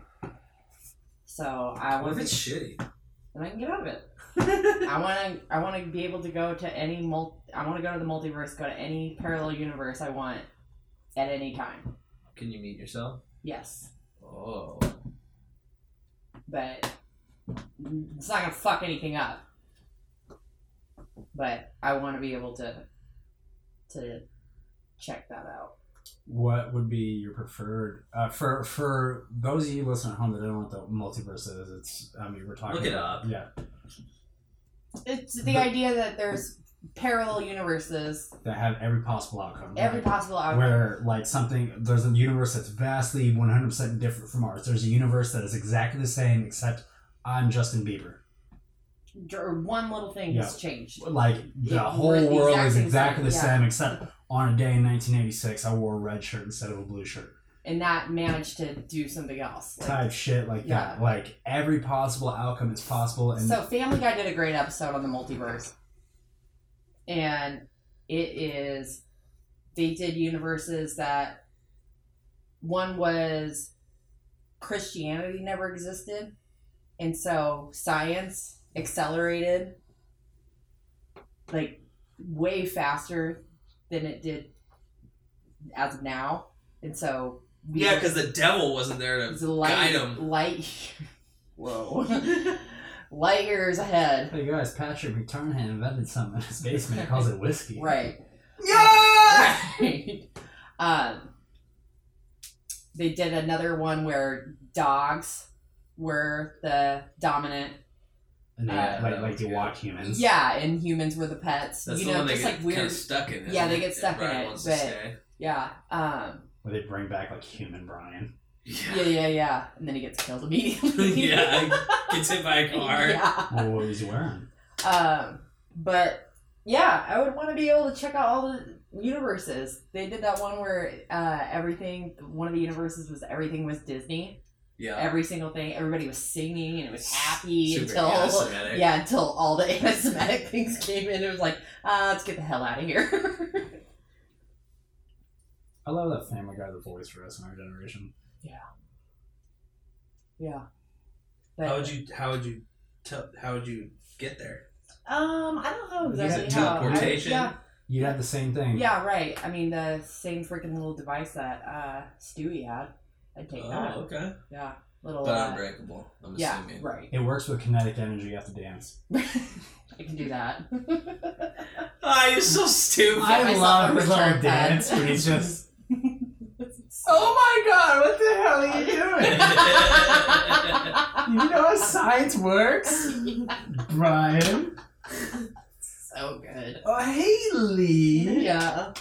G: So I
F: What
G: want
F: if
G: to,
F: it's shitty?
G: and I can get out of it. I want to, I want to be able to go to any mul. I want to go to the multiverse, go to any parallel universe I want, at any time.
F: Can you meet yourself?
G: Yes,
F: Oh.
G: but it's not gonna fuck anything up. But I want to be able to to check that out.
E: what would be your preferred uh, for for those of you listening at home that don't know what the multiverse is it's i mean we're talking
F: Look it
E: about-
F: up.
E: yeah
G: It's the idea that there's parallel universes,
E: that have every possible outcome
G: every
E: right?
G: possible outcome.
E: where like something there's a universe that's vastly 100% different from ours there's a universe that is exactly the same except i'm justin bieber
G: Dr- one little thing has changed.
E: like the
G: Yeah,
E: whole
G: we're the
E: world
G: exact
E: is
G: same
E: exactly the
G: thing, yeah.
E: same except on a day in 1986 i wore a red shirt instead of a blue shirt
G: and that managed to do something else. Like,
E: type shit like that like every possible outcome is possible and
G: so Family Guy did a great episode on the multiverse, and it is they did universes that one was Christianity never existed, and so science accelerated like way faster than it did as of now, and so we-
F: Yeah, because the devil wasn't there
G: It's
F: to
G: light,
F: guide him.
G: light. Whoa. light years ahead.
E: Hey guys, Patrick McTurnham invented something in his basement. He calls it whiskey.
G: Right.
F: Yeah!
G: Right. um, they did another one where dogs were the dominant.
E: And they,
G: Yeah,
E: like,
F: that
E: like
F: was
E: you
F: good.
E: watch humans.
G: Yeah, and humans were the pets.
F: That's
G: you
F: the
G: know,
F: one they
G: just
F: get
G: like weird.
F: kind of stuck in.
G: Yeah,
F: isn't
G: they get
F: If
G: stuck in
F: Brian
G: it,
F: wants to
G: but-
F: stay.
G: Yeah. Um,
E: Where they bring back like human Brian.
G: yeah, yeah, yeah. And then he gets killed immediately.
F: yeah, gets hit by a car.
G: yeah.
E: Well, what was he wearing?
G: Um, but yeah, I would want to be able to check out all the universes. They did that one where uh, everything, one of the universes was everything was Disney.
F: Yeah.
G: Every single thing, everybody was singing and it was happy
F: Super
G: until
F: anti-Semitic.
G: yeah, until all the anti-Semitic things came in. It was like, ah, let's get the hell out of here.
E: I love that Family Guy, the voice for us in our generation.
G: yeah. But,
F: How would you? How would you? Tell, how would you get there?
G: Um, I don't know
E: Is it
G: exactly how. I-
F: teleportation?
G: yeah,
E: You'd have the same thing.
G: yeah, right. I mean, the same freaking little device that uh, Stewie had. I'd take that.
F: Oh, okay.
G: Yeah, little.
F: But
G: uh,
F: unbreakable. I'm
G: Yeah,
F: assuming.
G: right.
E: It works with kinetic energy. You have to dance.
G: I can do that.
F: Ah, you're so stupid.
G: I myself love a his little return pad.
E: dance
G: dance
E: when
G: when
E: he's just.
G: oh
E: What the hell are you doing? you know how science works, Brian.
G: so good.
E: Oh, Haley.
G: Yeah.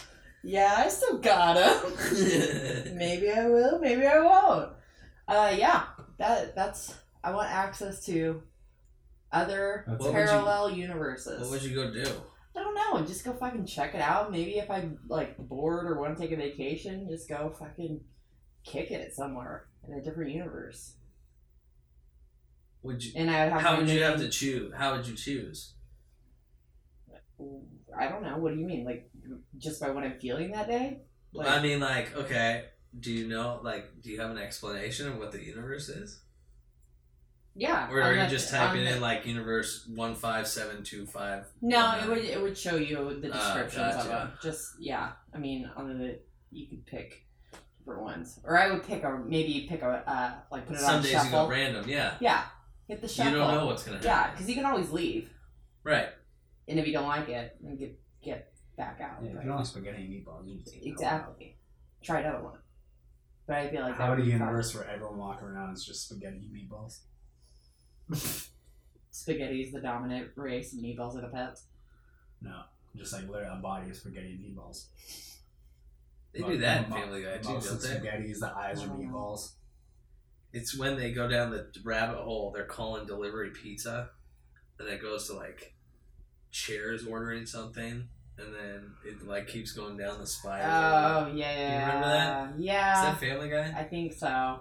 G: Yeah, I still got him. maybe I will, maybe I won't. Uh yeah. That that's I want access to other
E: That's-
F: What would you-
G: parallel universes.
F: what would you go do?
G: I don't know. Just go fucking check it out. Maybe if I'm like bored or want to take a vacation, just go fucking kick it somewhere in a different universe.
F: Would you?
G: And I would have
F: How
G: my
F: would you
G: own-
F: have to choose? How would you choose?
G: I don't know. What do you mean? Like, just by what I'm feeling that day? Like,
F: I mean, like, okay. Do you know? Like, do you have an explanation of what the universe is?
G: yeah.
F: Or are
G: I'm
F: you
G: not-
F: just typing
G: I'm-
F: in like universe one five seven two five?
G: No, it would it would show you the
F: Ah,
G: descriptions of them.
F: gotcha.
G: Just yeah. I mean, on the you could pick different ones, or I would pick a maybe pick a uh, like put it
F: Some
G: on
F: days you
G: shuffle.
F: go random. Yeah.
G: yeah, hit the shuffle.
F: You don't know what's gonna happen.
G: Yeah, because you can always leave,
F: Right.
G: and if you don't like it, then get get back out.
E: Yeah, if you don't like spaghetti and meatballs, you just take it all out.
G: exactly. Try another one. But I feel like that
E: How about
G: would
E: a
G: be fun.
E: universe where everyone walking around is just spaghetti and meatballs?
G: Spaghetti is the dominant race, and meatballs are the pets.
E: No, just like literally a body of spaghetti and meatballs.
F: They do that in
E: Mo-
F: Family Guy too,
E: most of
F: don't
E: the
F: they?
E: spaghetti is the eyes are
G: Oh.
E: meatballs.
F: It's when they go down the rabbit hole. They're calling delivery pizza, and it goes to like chairs ordering something, and then it like keeps going down the spiral.
G: Oh yeah, yeah.
F: You remember that? Is
G: Yeah,
F: that Family Guy?
G: I think so.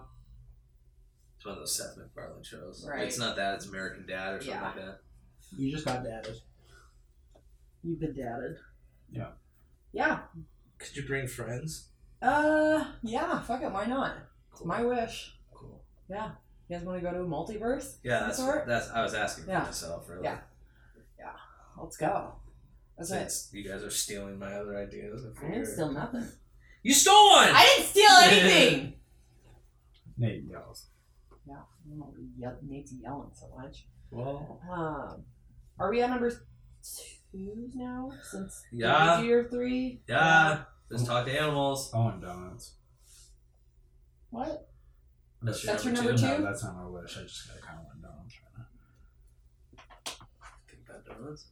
F: It's one of those Seth MacFarlane shows.
G: Right.
F: It's not that. It's American Dad or something
G: Yeah.
F: like that.
E: You just got dadded.
G: You've been dadded.
E: Yeah.
G: Yeah.
F: Could you bring friends?
G: Uh, yeah. Fuck it. Why not? It's
F: Cool.
G: my wish.
F: cool.
G: Yeah. You guys want to go to a multiverse?
F: Yeah, that's
G: Sort?
F: that's. I was asking
G: Yeah.
F: for myself really.
G: Yeah. Let's go. That's it.
F: Since you guys are stealing my other ideas. I
G: I didn't
F: figured-
G: steal nothing.
F: You stole one.
G: I didn't steal anything.
E: Nate yells.
G: yeah, I don't really yell- Nate's yelling so much.
F: well,
G: Um, are we on number two now? Since
F: Yeah.
G: did we do your three?
F: yeah. Let's talk to animals.
E: Owen Donuts.
G: What?
F: That's your
G: That's your
F: number
G: number
E: No,
G: two.
E: that's not my wish. I just got kind of went down. I'm trying
F: Think about donuts.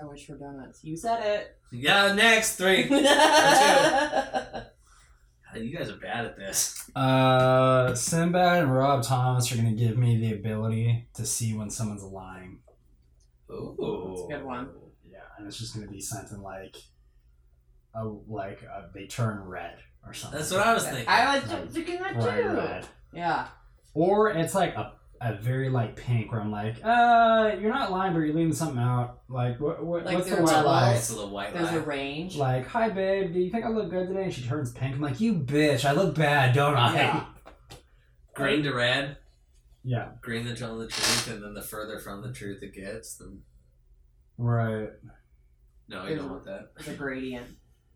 G: I wish for donuts. You said
F: Yeah. Next
G: it.
F: three.
G: That's
F: you guys are bad at this.
E: to- Uh, Sinbad and Rob Thomas are going to give me the ability to see when someone's lying.
F: Ooh.
G: a good one.
E: Yeah, and it's just going to be something like, a, like uh, they turn red or something.
F: That's what I was thinking.
G: I was just thinking that
E: Bright
G: too.
E: red.
G: Yeah.
E: Or it's like a, a very light pink where I'm like, uh, you're not lying, but you're leaving something out. Like, what, what,
G: Like
E: what's the
G: they're
E: white
G: jealous.
E: lie?
F: It's a little white
G: There's
F: lie.
G: a range.
E: Like, hi babe, do you think I look good today? And she turns pink. I'm like, you bitch, I look bad, don't I?
G: Yeah.
F: Green to red.
E: Yeah,
F: Green the telling the truth, and then the further from the truth it gets, the
E: right.
F: no, you don't want that.
G: There's a gradient.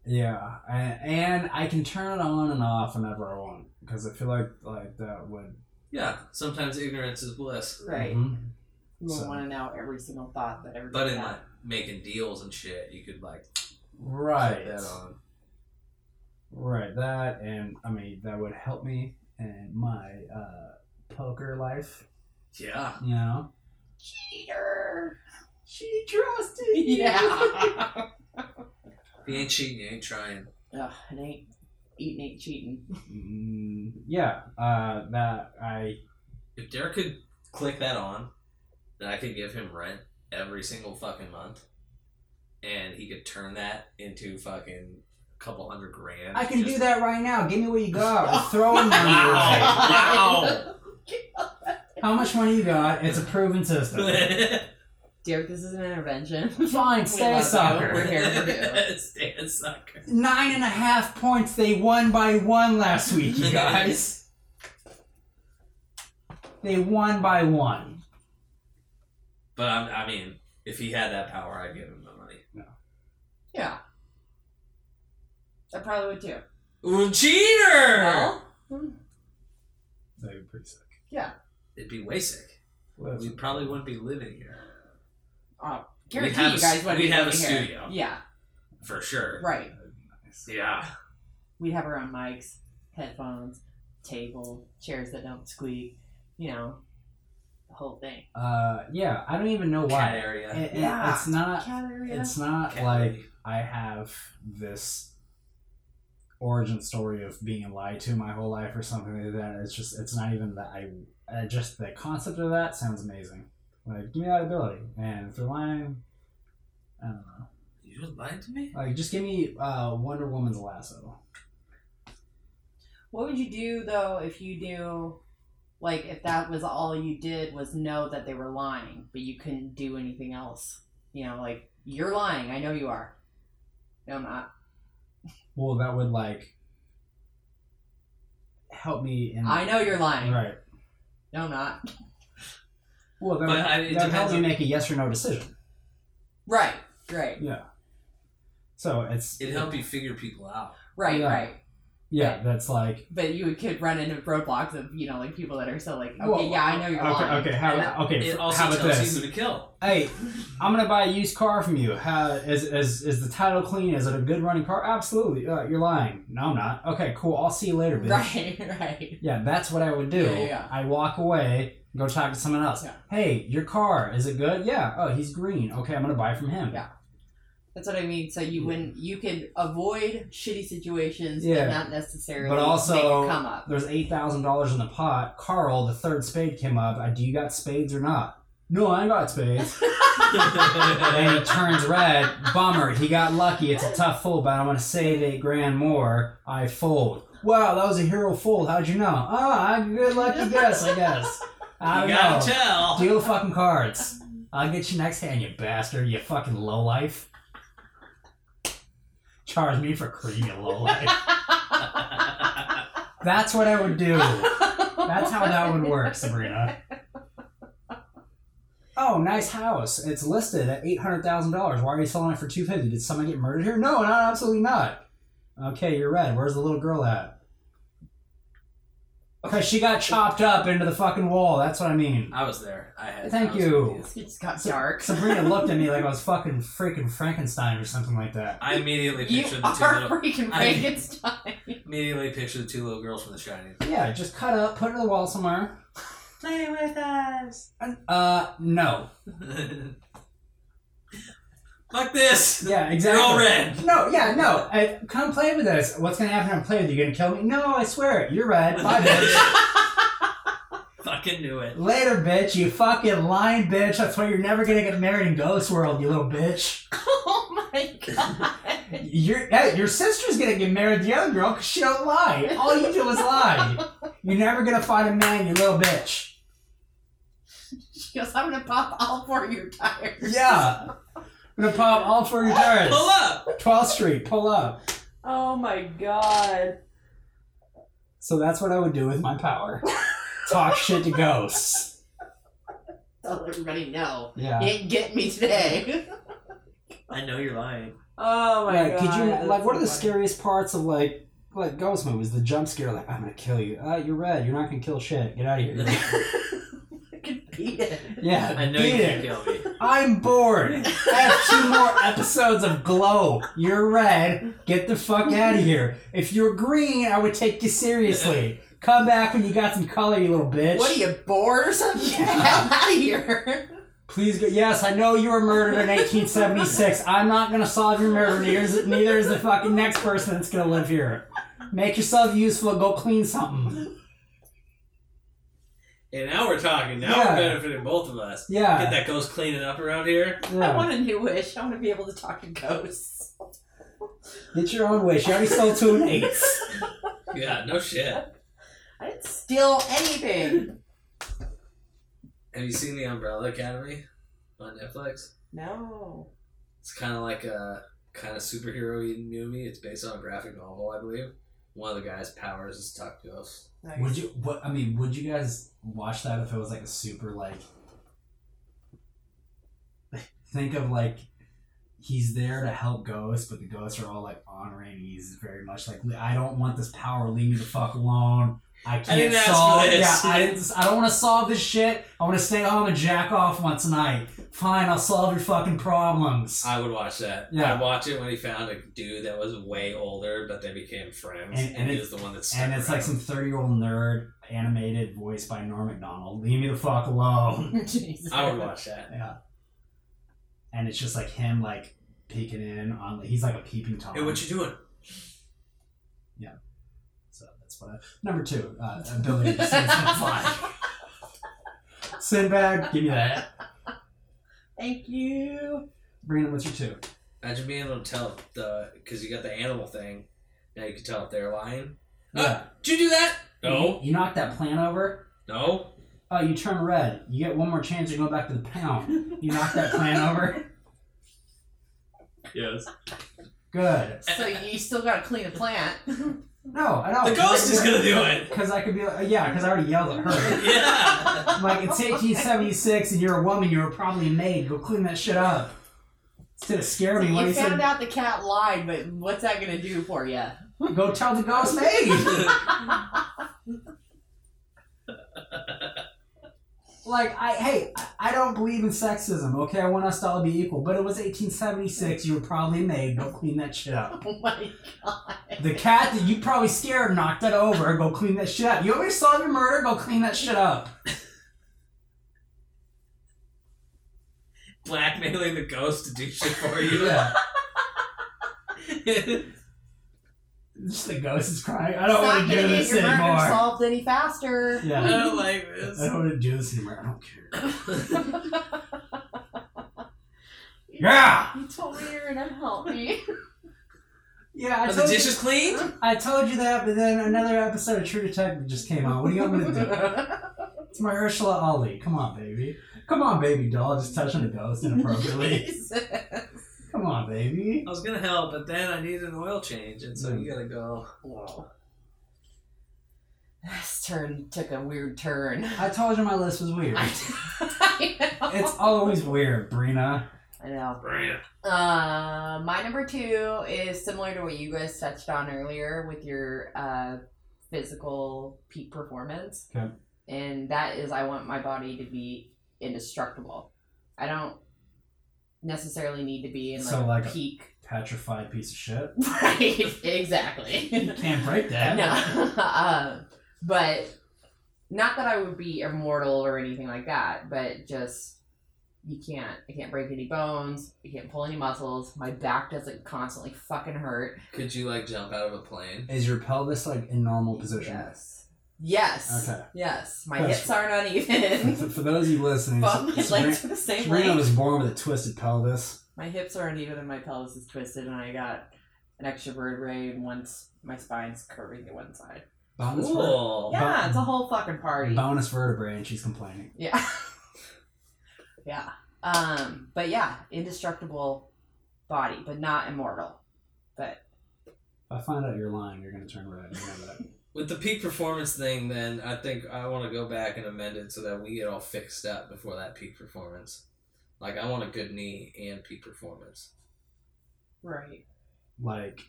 E: Yeah, and, and I can turn it on and off whenever I want because I feel like like that would.
F: Yeah. Sometimes ignorance is bliss.
G: Right.
E: Mhm.
G: You won't
E: So-
G: want to know every single thought that everybody
F: But in
G: had.
F: like making deals and shit, you could like put
E: Right.
F: that on.
E: Right. That and I mean that would help me in my uh, poker life.
F: Yeah.
E: You know.
G: Cheater. She trusted you. Yeah.
F: If you ain't cheating, you ain't trying.
G: Ugh, it ain't eating, ain't cheating.
E: Mm, yeah. Uh, that I
F: If Derek could click that on, then I could give him rent every single fucking month, and he could turn that into fucking a couple hundred grand.
E: I can
F: Just-
E: do that right now. Give me what you got. We're throwing money. away.
F: Wow!
E: How much money you got? It's a proven system.
G: Derek, this is an intervention.
E: Fine,
G: We
E: stay
G: love
E: soccer.
G: We're here for you.
F: Stay a sucker.
E: Nine and a half points they won by one last week, you guys. they won by one.
F: But I'm, I mean, if he had that power, I'd give him the money.
G: Yeah. I probably would too.
F: Ooh, cheater!
G: Well,
E: That'd be pretty sick.
F: It'd be way sick. We probably wouldn't be living here.
G: uh, guarantee
F: have a
G: you
F: s-
G: guys would
F: we'd have a
G: here.
F: studio.
G: Yeah,
F: For sure.
G: right.
F: Yeah.
G: We'd have our own mics, headphones, table, chairs that don't squeak, you know, the whole thing.
E: Uh, yeah, I don't even know
F: Cat
E: why.
F: area.
E: It- it-
G: Yeah.
E: It's not.
G: Cat area.
E: It's not
F: Cat
E: like
F: area.
E: I have this origin story of being lied to my whole life or something like that. It's just. It's not even that I. Uh, just the concept of that sounds amazing. Like, give me that ability, and if they're lying, I don't know.
F: You just lying to me?
E: Like, just give me uh, Wonder Woman's lasso.
G: What would you do though if you knew, like, if that was all you did was know that they were lying, but you couldn't do anything else? You know, like you're lying. I know you are. No, I'm not.
E: Well, that would like help me
F: Mm.
E: in.
G: I know you're lying.
E: Right.
G: No, I'm not.
E: Well, that
F: But
E: would,
F: I- it
E: that would help
F: depends
E: me
F: on-
E: make a yes or no decision.
G: Right. Great.
E: Yeah. So it's
F: It'd help you figure people out.
G: Right.
E: Yeah.
G: Right.
E: Yeah, that's like.
G: But you could run into roadblocks of you know like people that are so like okay
E: Well,
G: yeah I know you're
E: Okay.
G: lying.
E: Okay. How about okay?
F: It
E: f-
F: also
E: how about
F: tells
E: this?
F: you who to kill.
E: Hey, I'm gonna buy a used car from you. How is is is the title clean? Is it a good running car? Absolutely. Uh, you're lying. No, I'm not. Okay. Cool. I'll see you later, bitch.
G: Right. Right.
E: Yeah, that's what I would do.
G: Yeah, yeah, yeah.
E: I walk away, go talk to someone else.
G: Yeah.
E: Hey, your car is it good? Yeah. Oh, he's green. Okay, I'm gonna buy from him.
G: Yeah. That's what I mean. So you wouldn't you could avoid shitty situations,
E: Yeah.
G: but not necessarily
E: But also-
G: make it come up.
E: There's eight thousand dollars in the pot. Carl, the third spade came up. Uh, Do you got spades or not? No, I ain't got spades. and then he turns red. Bummer. He got lucky. It's a tough fold, but I'm gonna save eight grand more. I fold. Wow, that was a hero fold. How'd you know? Ah, I good lucky guess. I guess. I
G: Oh,
F: you
E: don't know.
F: gotta tell.
E: Deal the fucking cards. I'll get you next hand, you bastard. You fucking lowlife. Charge me for cream, you lowlife. That's what I would do. That's how that would work, Sabrina. Oh, nice house. It's listed at eight hundred thousand dollars. Why are you selling it for two fifty? Did someone get murdered here? No, not absolutely not. Okay, you're red. Where's the little girl at? Because she got chopped up into the fucking wall. That's what I mean.
F: I was there. I had.
E: Thank
F: I was
E: you.
F: with
G: It just got
E: So-
G: dark.
E: Sabrina looked at me like I was fucking freaking Frankenstein or something like that.
F: I immediately
G: You
F: pictured the two
G: are
F: little,
G: freaking
F: I-
G: Frankenstein.
F: immediately pictured the two little girls from The Shining.
E: Yeah, just cut up, put it in the wall somewhere.
F: Play with us.
E: And, Uh, no.
F: Fuck this.
E: Yeah,
F: They're
E: exactly.
F: all red.
E: No, yeah, no. I, come play with us. What's gonna happen? if I'm playing with you. You gonna kill me? No, I swear it. You're red. Bye, bitch.
F: Fucking knew it.
E: Later, bitch. You fucking lying bitch. That's why you're never gonna get married in Ghost World, you little bitch.
G: oh my god.
E: Your hey, your sister's gonna get married to the other girl because she don't lie. All you do is lie. You're never gonna find a man, you little bitch.
G: She goes, I'm gonna pop all four of your tires.
E: Yeah. I'm gonna pop all four your tires.
F: Pull up.
E: 12th Street, pull up.
D: Oh my god.
E: So that's what I would do with my power. Talk shit to ghosts.
G: Tell everybody no.
E: Yeah.
G: You didn't get me today.
F: I know you're lying.
D: Oh my
E: like,
D: god.
E: could you
D: that's
E: like what are the
D: so funny.
E: scariest parts of like like ghost movies? The jump scare, like I'm gonna kill you. Uh, you're red. You're not gonna kill shit. Get out of here.
G: I could beat it.
E: yeah,
F: I know you
E: beat
F: can
E: it.
F: kill me.
E: I'm bored. I have two more episodes of Glow. You're red. Get the fuck out of here. If you're green, I would take you seriously. Come back when you got some color, you little bitch.
G: What are you, bored or something? Get
E: Yeah.
G: the hell out of here.
E: Please go. Yes, I know you were murdered in 1876. I'm not gonna solve your murder. Neither is, neither is the fucking next person that's gonna live here. Make yourself useful. Go clean something.
F: And now we're talking. Now
E: Yeah.
F: we're benefiting both of us. Get
E: Yeah.
F: that ghost cleaning up around here.
E: yeah.
G: I want a new wish. I want to be able to talk to ghosts.
E: Get your own wish. You already sold two and eight.
F: Yeah, no shit.
G: I didn't steal anything.
F: Have you seen The Umbrella Academy on Netflix?
G: No.
F: It's kind of like a kind of superhero y movie. It's based on a graphic novel, I believe. One of the guy's powers is to talk to ghosts.
G: Nice.
E: Would you? What I mean, would you guys watch that if it was like a super like? Think of like, he's there to help ghosts, but the ghosts are all like honoring. He's very much like, I don't want this power. Leave me the fuck alone. I can't
F: didn't ask for
E: solve.
F: this."
E: Yeah, I didn't. I don't want to solve this shit. I want to stay home and jack off once a night. Fine, I'll solve your fucking problems.
F: I would watch that.
E: Yeah.
F: I'd watch it when he found a dude that was way older, but they became friends.
E: And-
F: And,
E: and
F: he
E: it-
F: was the one that stuck
E: and it's like
F: around.
E: some thirty-year-old nerd animated voice by Norm Macdonald. Leave me the fuck alone.
G: Jesus.
F: I would watch that.
E: Yeah. And it's just like him, like peeking in on. He's like a peeping tom.
F: Hey, what you doing?
E: so that's what. I, number two, uh, ability to see someone fly. Sinbad, give me that.
G: Thank you.
E: Brandon, what's your two?
F: Imagine being able to tell if the because you got the animal thing. Now you can tell if they're lying. Ah,
E: Yeah.
F: Did you do that?
E: You, you knock that plant over.
F: No.
E: Oh, you turn red. You get one more chance to go back to the pound. You knock that plant over.
F: Yes.
E: Good.
G: So you still gotta clean the plant.
E: No, I don't.
F: The ghost is gonna do it.
E: Because I could be like, yeah, because I already yelled at her.
F: Yeah.
E: I'm like, it's 1876 and you're a woman. You were probably a maid. Go clean that shit up. Instead of
G: So
E: scaring me,
G: you
E: why
G: found
E: you said
G: out the cat lied, but what's that gonna do for you?
E: Go tell the ghost maid. like I, hey, I- I don't believe in sexism. Okay, I want us to all be equal. But it was 1876. You were probably made. Go clean that shit up.
G: Oh my
E: The cat that you probably scared knocked it over. Go clean that shit up. You already solved your murder. Go clean that shit up.
F: Blackmailing the ghost to do shit for you.
E: Yeah. Just the ghost is crying. I don't
G: It's
E: want
G: not
E: to do
G: gonna get
E: this
G: your murder
E: anymore.
G: solved any faster.
E: Yeah.
F: I don't like
E: I
F: this.
E: don't want to do this anymore. I don't care. Yeah.
G: You told me you were gonna help me.
E: Yeah. I
F: Are the
E: told you-
F: dishes cleaned?
E: I told you that, but then another episode of True Detective just came on. What do you want me to do? It's my Ursula Ali. Come on, baby. Come on, baby doll. Just touching a ghost inappropriately. Come on, baby.
F: I was gonna help, but then I needed an oil change, and
E: Hmm.
F: so you gotta go.
G: Whoa. This turn took a weird turn.
E: I told you my list was weird.
G: I know.
E: It's always weird, Brina.
G: I know.
F: Bring it.
G: Uh, my number two is similar to what you guys touched on earlier with your uh, physical peak performance.
E: Okay.
G: And that is, I want my body to be indestructible. I don't necessarily need to be in like,
E: So,
G: a
E: like a-
G: peak.
E: Petrified piece of shit.
G: right, exactly.
E: You can't break that.
G: No. um, but not that I would be immortal or anything like that, but just you can't I can't break any bones, I can't pull any muscles, my back doesn't constantly fucking hurt.
F: Could you like jump out of a plane?
E: Is your pelvis like in normal position?
G: Yes. Yes.
E: Okay.
G: Yes. My
E: That's-
G: hips aren't
E: For,
G: uneven.
E: for those of you listening,
G: Both my
E: Sabrina,
G: legs are the same
E: Sabrina
G: length.
E: was born with a twisted pelvis.
G: My hips are uneven and my pelvis is twisted and I got an extra vertebrae and once my spine's curving to one side.
E: Bonus, ver-
F: Cool.
G: Yeah, it's a whole fucking party.
E: bonus vertebrae, and she's complaining.
G: Yeah. yeah. Um, but yeah, indestructible body, but not immortal. But
E: If I find out you're lying, you're gonna turn red. You know that.
F: With the peak performance thing, then I think I want to go back and amend it so that we get all fixed up before that peak performance. Like I want a good knee and peak performance.
G: right.
E: like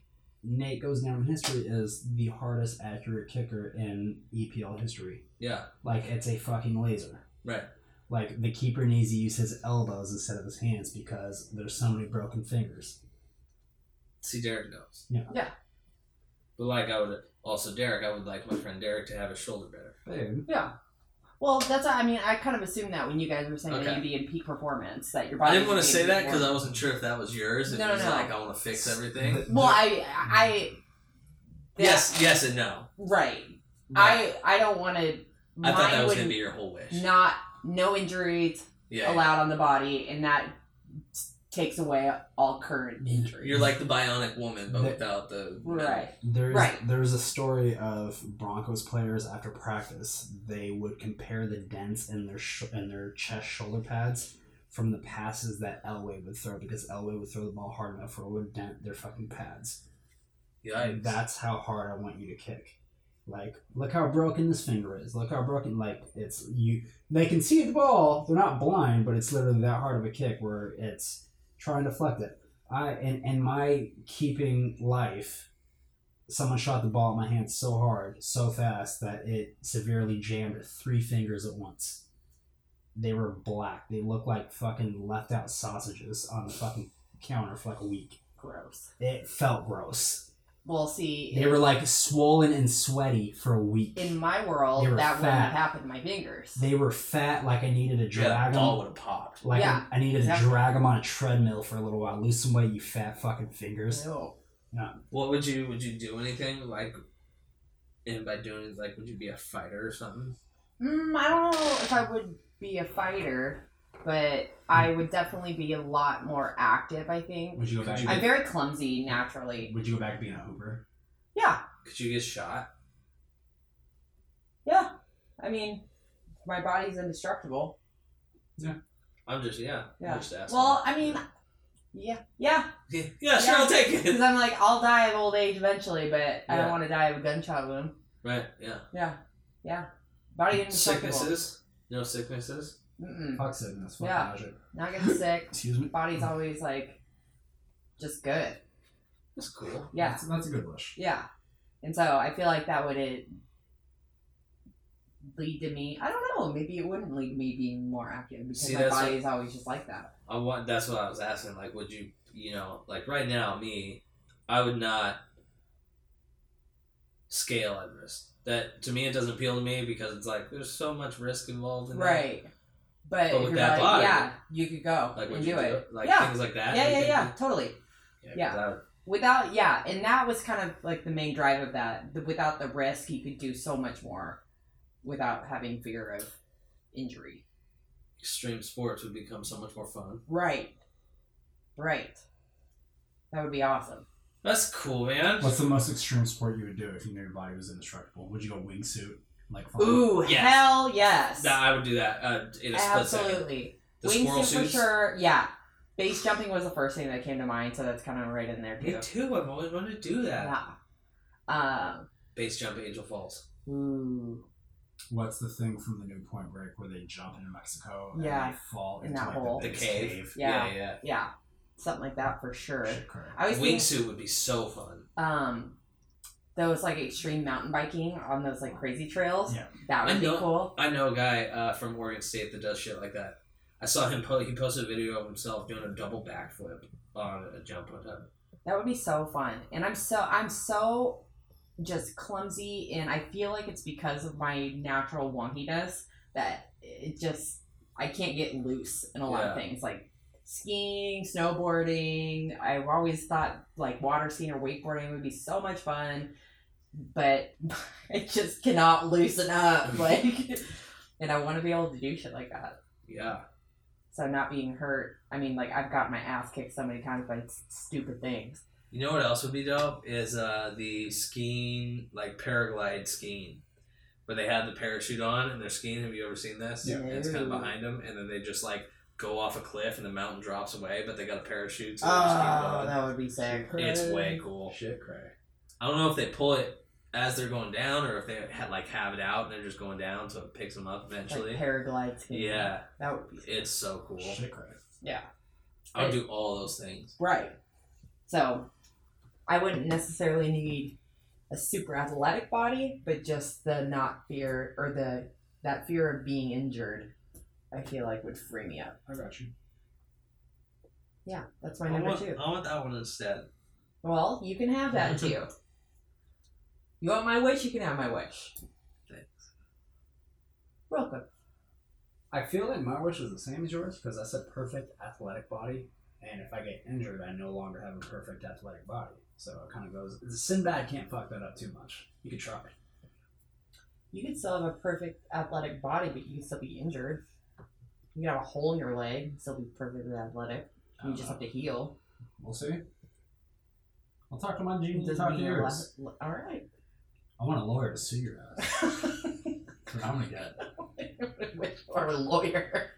E: Nate goes down in history as the hardest accurate kicker in EPL history.
F: Yeah,
E: Like it's a fucking laser.
F: right.
E: Like the keeper needs to use his elbows instead of his hands because there's so many broken fingers.
F: See, Derek knows.
E: Yeah.
G: Yeah.
F: But like I would also Derek, I would like my friend Derek to have his shoulder better.
E: Dude.
G: Yeah. Well, that's I mean, I kind of assumed that when you guys were saying that
F: Okay.
G: you'd be in peak performance, that your body.
F: I didn't want to
G: was
F: say
G: gonna
F: that
G: be
F: because I
G: more-
F: wasn't sure if that was yours. If
G: No,
F: it was
G: no.
F: like I want to fix everything.
G: Well, I I. that-
F: Yes, yes, and no.
G: Right. I I don't want to.
F: I thought that was
G: would
F: gonna be your whole wish.
G: not no injuries
F: yeah,
G: allowed on the body, and that takes away all current injuries.
F: you're like the bionic woman, but
E: The-
F: without the
G: right.
E: There's
G: Right.
E: there's a story of Broncos players after practice. They would compare the dents in their sh- in their chest shoulder pads from the passes that Elway would throw because Elway would throw the ball hard enough for it would dent their fucking pads.
F: Yikes.
E: that's how hard I want you to kick. Like, look how broken this finger is. Look how broken. Like, it's you. They can see the ball. They're not blind, but it's literally that hard of a kick where it's trying to deflect it. I and and my keeping life. Someone shot the ball at my hand so hard, so fast that it severely jammed three fingers at once. They were black. They looked like fucking left out sausages on the fucking counter for like a week.
G: Gross.
E: It felt gross.
G: Well, see,
E: They were like swollen and sweaty for a week.
G: in my world,
E: They were
G: that wouldn't
E: fat.
G: have happened to my fingers.
E: they were fat, like I needed to
F: Yeah,
E: drag
F: the ball
E: them.
F: would have popped.
E: Like
G: Yeah,
E: I needed
G: exactly.
E: to drag them on a treadmill for a little while, lose some weight, you fat fucking fingers.
G: No.
F: What would you would you do anything like? And by doing it, like, would you be a fighter or something?
G: Mm, I don't know if I would be a fighter, but I would definitely be a lot more active, I think.
E: Would you go
F: Could
E: back?
F: you
G: I'm very clumsy naturally.
E: would you go back being a hooper?
G: Yeah,
F: Could you get shot?
G: yeah. I mean, my body's indestructible.
F: I'm just yeah.
G: Yeah.
F: I'm just asking.
G: Well, I mean, yeah, yeah.
F: yeah, sure, I'll take
G: Because
F: it.
G: I'm like, I'll die of old age eventually, but I don't
F: Yeah.
G: want to die of a gunshot wound.
F: Right, yeah.
G: Yeah, yeah. Body indestructible.
F: Sicknesses? No sicknesses.
G: Mm-mm.
E: Fuck sickness. Fuck
G: Yeah.
E: magic.
G: Not getting sick.
E: Excuse me.
G: body's always like just good.
F: That's cool.
G: Yeah.
E: That's, that's a good wish.
G: Yeah. And so I feel like that would it lead to me. I don't know. Maybe it wouldn't lead to me being more active because
F: See,
G: my
F: that's
G: body
F: what-
G: is always just like that.
F: I want. That's what I was asking. Like, would you, you know, like right now, me, I would not scale Everest. That to me, it doesn't appeal to me because it's like there's so much risk involved in that.
G: Right. But,
F: But
G: if
F: with
G: you're
F: that
G: like,
F: body-
G: yeah, you could go
F: Like, would
G: and
F: you
G: do it.
F: Like
G: yeah.
F: things like that.
G: yeah,
F: you
G: yeah,
F: think
G: yeah,
F: you-
G: totally.
F: Yeah. 'cause I would-
G: Without, yeah, and that was kind of like the main drive of that. The, without the risk, you could do so much more without having fear of injury.
F: extreme sports would become so much more fun.
G: Right. Right. That would be awesome.
F: That's cool, man.
E: What's the most extreme sport you would do if you knew your body was indestructible? Would you go wingsuit? Like flying?
G: Ooh,
F: Yes.
G: hell yes.
F: Nah, I would do that uh, in a split second.
G: Absolutely.
F: The squirrel
G: Wingsuit for
F: suits.
G: sure. Yeah. Base jumping was the first thing that came to mind, so that's kind of right in there
F: Me
G: too.
F: too. I've always wanted to do that.
G: Yeah. Um,
F: Base jump, Angel Falls.
G: ooh.
E: what's the thing from the new Point Break where they jump into Mexico and
G: Yeah.
E: they fall
G: In
E: into
G: that
E: like,
G: hole.
F: The
E: biggest
F: cave.
G: Yeah.
F: yeah. yeah.
G: Yeah, something like that for sure.
E: Shit crack.
G: I was thinking,
F: Wingsuit would be so fun.
G: um, those like extreme mountain biking on those like crazy trails.
E: Yeah.
G: That
F: I
G: would be
F: know-
G: cool.
F: I know a guy uh, from Oregon State that does shit like that. I saw him post. He posted a video of himself doing a double backflip on a jump one time.
G: That would be so fun. And I'm so I'm so just clumsy, and I feel like it's because of my natural wonkiness that it just I can't get loose in a lot of
F: Yeah.
G: things like skiing, snowboarding. I've always thought like water skiing or wakeboarding would be so much fun, but I just cannot loosen up. Like, and I want to be able to do shit like that.
F: Yeah,
G: So not being hurt. I mean, like I've got my ass kicked so many times by s- stupid things.
F: you know what else would be dope is uh, the skiing, like paraglide skiing, where they have the parachute on and they're skiing. Have you ever seen this?
G: Yeah.
F: And it's kind of
G: No.
F: behind them, and then they just like go off a cliff and the mountain drops away, but they got a parachute. So they just keep
G: Oh,
F: going.
G: that would be sick.
F: It's way cool.
E: Shit crack.
F: I don't know if they pull it as they're going down or if they ha- like have it out and they're just going down, so it picks them up eventually.
G: Like paraglide skiing.
F: yeah,
G: That would be sick.
F: it's so cool.
E: Shit crack.
G: Yeah.
F: I would do all those things.
G: Right. So I wouldn't necessarily need a super athletic body, but just the not fear or the that fear of being injured, I feel like would free me up.
E: I got you.
G: Yeah, that's my
F: I
G: number
F: want,
G: two.
F: I want that one instead.
G: Well, you can have that too. You want my wish? You can have my wish.
F: Thanks.
G: Welcome.
E: I feel like my wish is the same as yours because I said perfect athletic body, and if I get injured, I no longer have a perfect athletic body. So it kind of goes. Sinbad can't fuck that up too much. You could try.
G: You could still have a perfect athletic body, but you could still be injured. You could have a hole in your leg, and still be perfectly athletic. You just have to heal.
E: We'll see. I'll talk to my genie.
G: Doesn't
E: Talk to
G: mean you're
E: yours.
G: le- le- all right.
E: I want a lawyer to sue your ass. That's what I'm gonna get.
G: Which or a lawyer.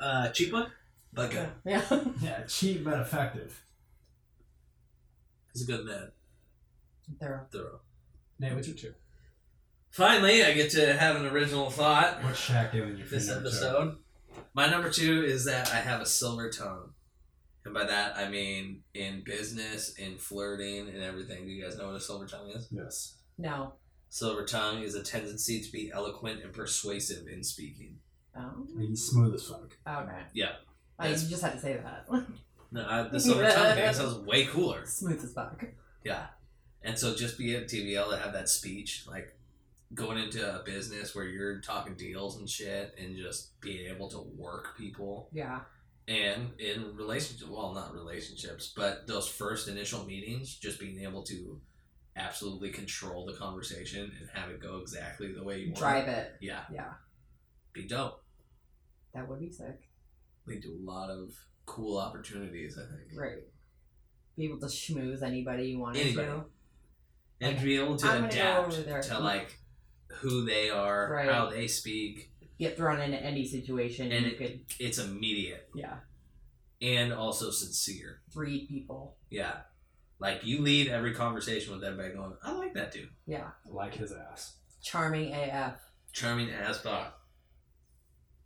F: Uh, cheap one, but good.
G: Yeah.
E: Yeah, cheap but effective.
F: He's a good man.
G: They're
F: Thorough.
E: Nate, what's your two?
F: Finally, I get to have an original thought
E: What's Shaq doing your
F: this episode. My number two is that I have a silver tongue. And by that, I mean in business, in flirting, and everything. Do you guys know what a silver tongue is?
E: Yes.
G: no.
F: Silver tongue is a tendency to be eloquent and persuasive in speaking.
G: Oh.
E: He's smooth as fuck.
G: Okay.
F: Yeah.
G: Oh, you just had to say that.
F: No, I, the silver tongue thing sounds way cooler.
G: Smooth as fuck.
F: Yeah. And so just be able to be able to have that speech, like going into a business where you're talking deals and shit and just being able to work people
G: Yeah.
F: and in relationship well not relationships but those first initial meetings just being able to absolutely control the conversation and have it go exactly the way you want
G: Drive it.
F: yeah
G: Yeah.
F: be dope
G: That would be sick.
F: lead to a lot of cool opportunities i think
G: Right. Be able to schmooze anybody you wanted
F: Anybody.
G: to.
F: and to be able to
G: I'm gonna go
F: adapt
G: over there.
F: to like who they are,
G: Right.
F: how they speak.
G: Get thrown into any situation
F: And
G: and you
F: it-
G: could
F: It's immediate
G: yeah.
F: and also sincere.
G: Read people.
F: Yeah, like you lead every conversation with them by going, "I like that dude,
G: Yeah.
E: Like his ass.
G: Charming AF.
F: charming as fuck,"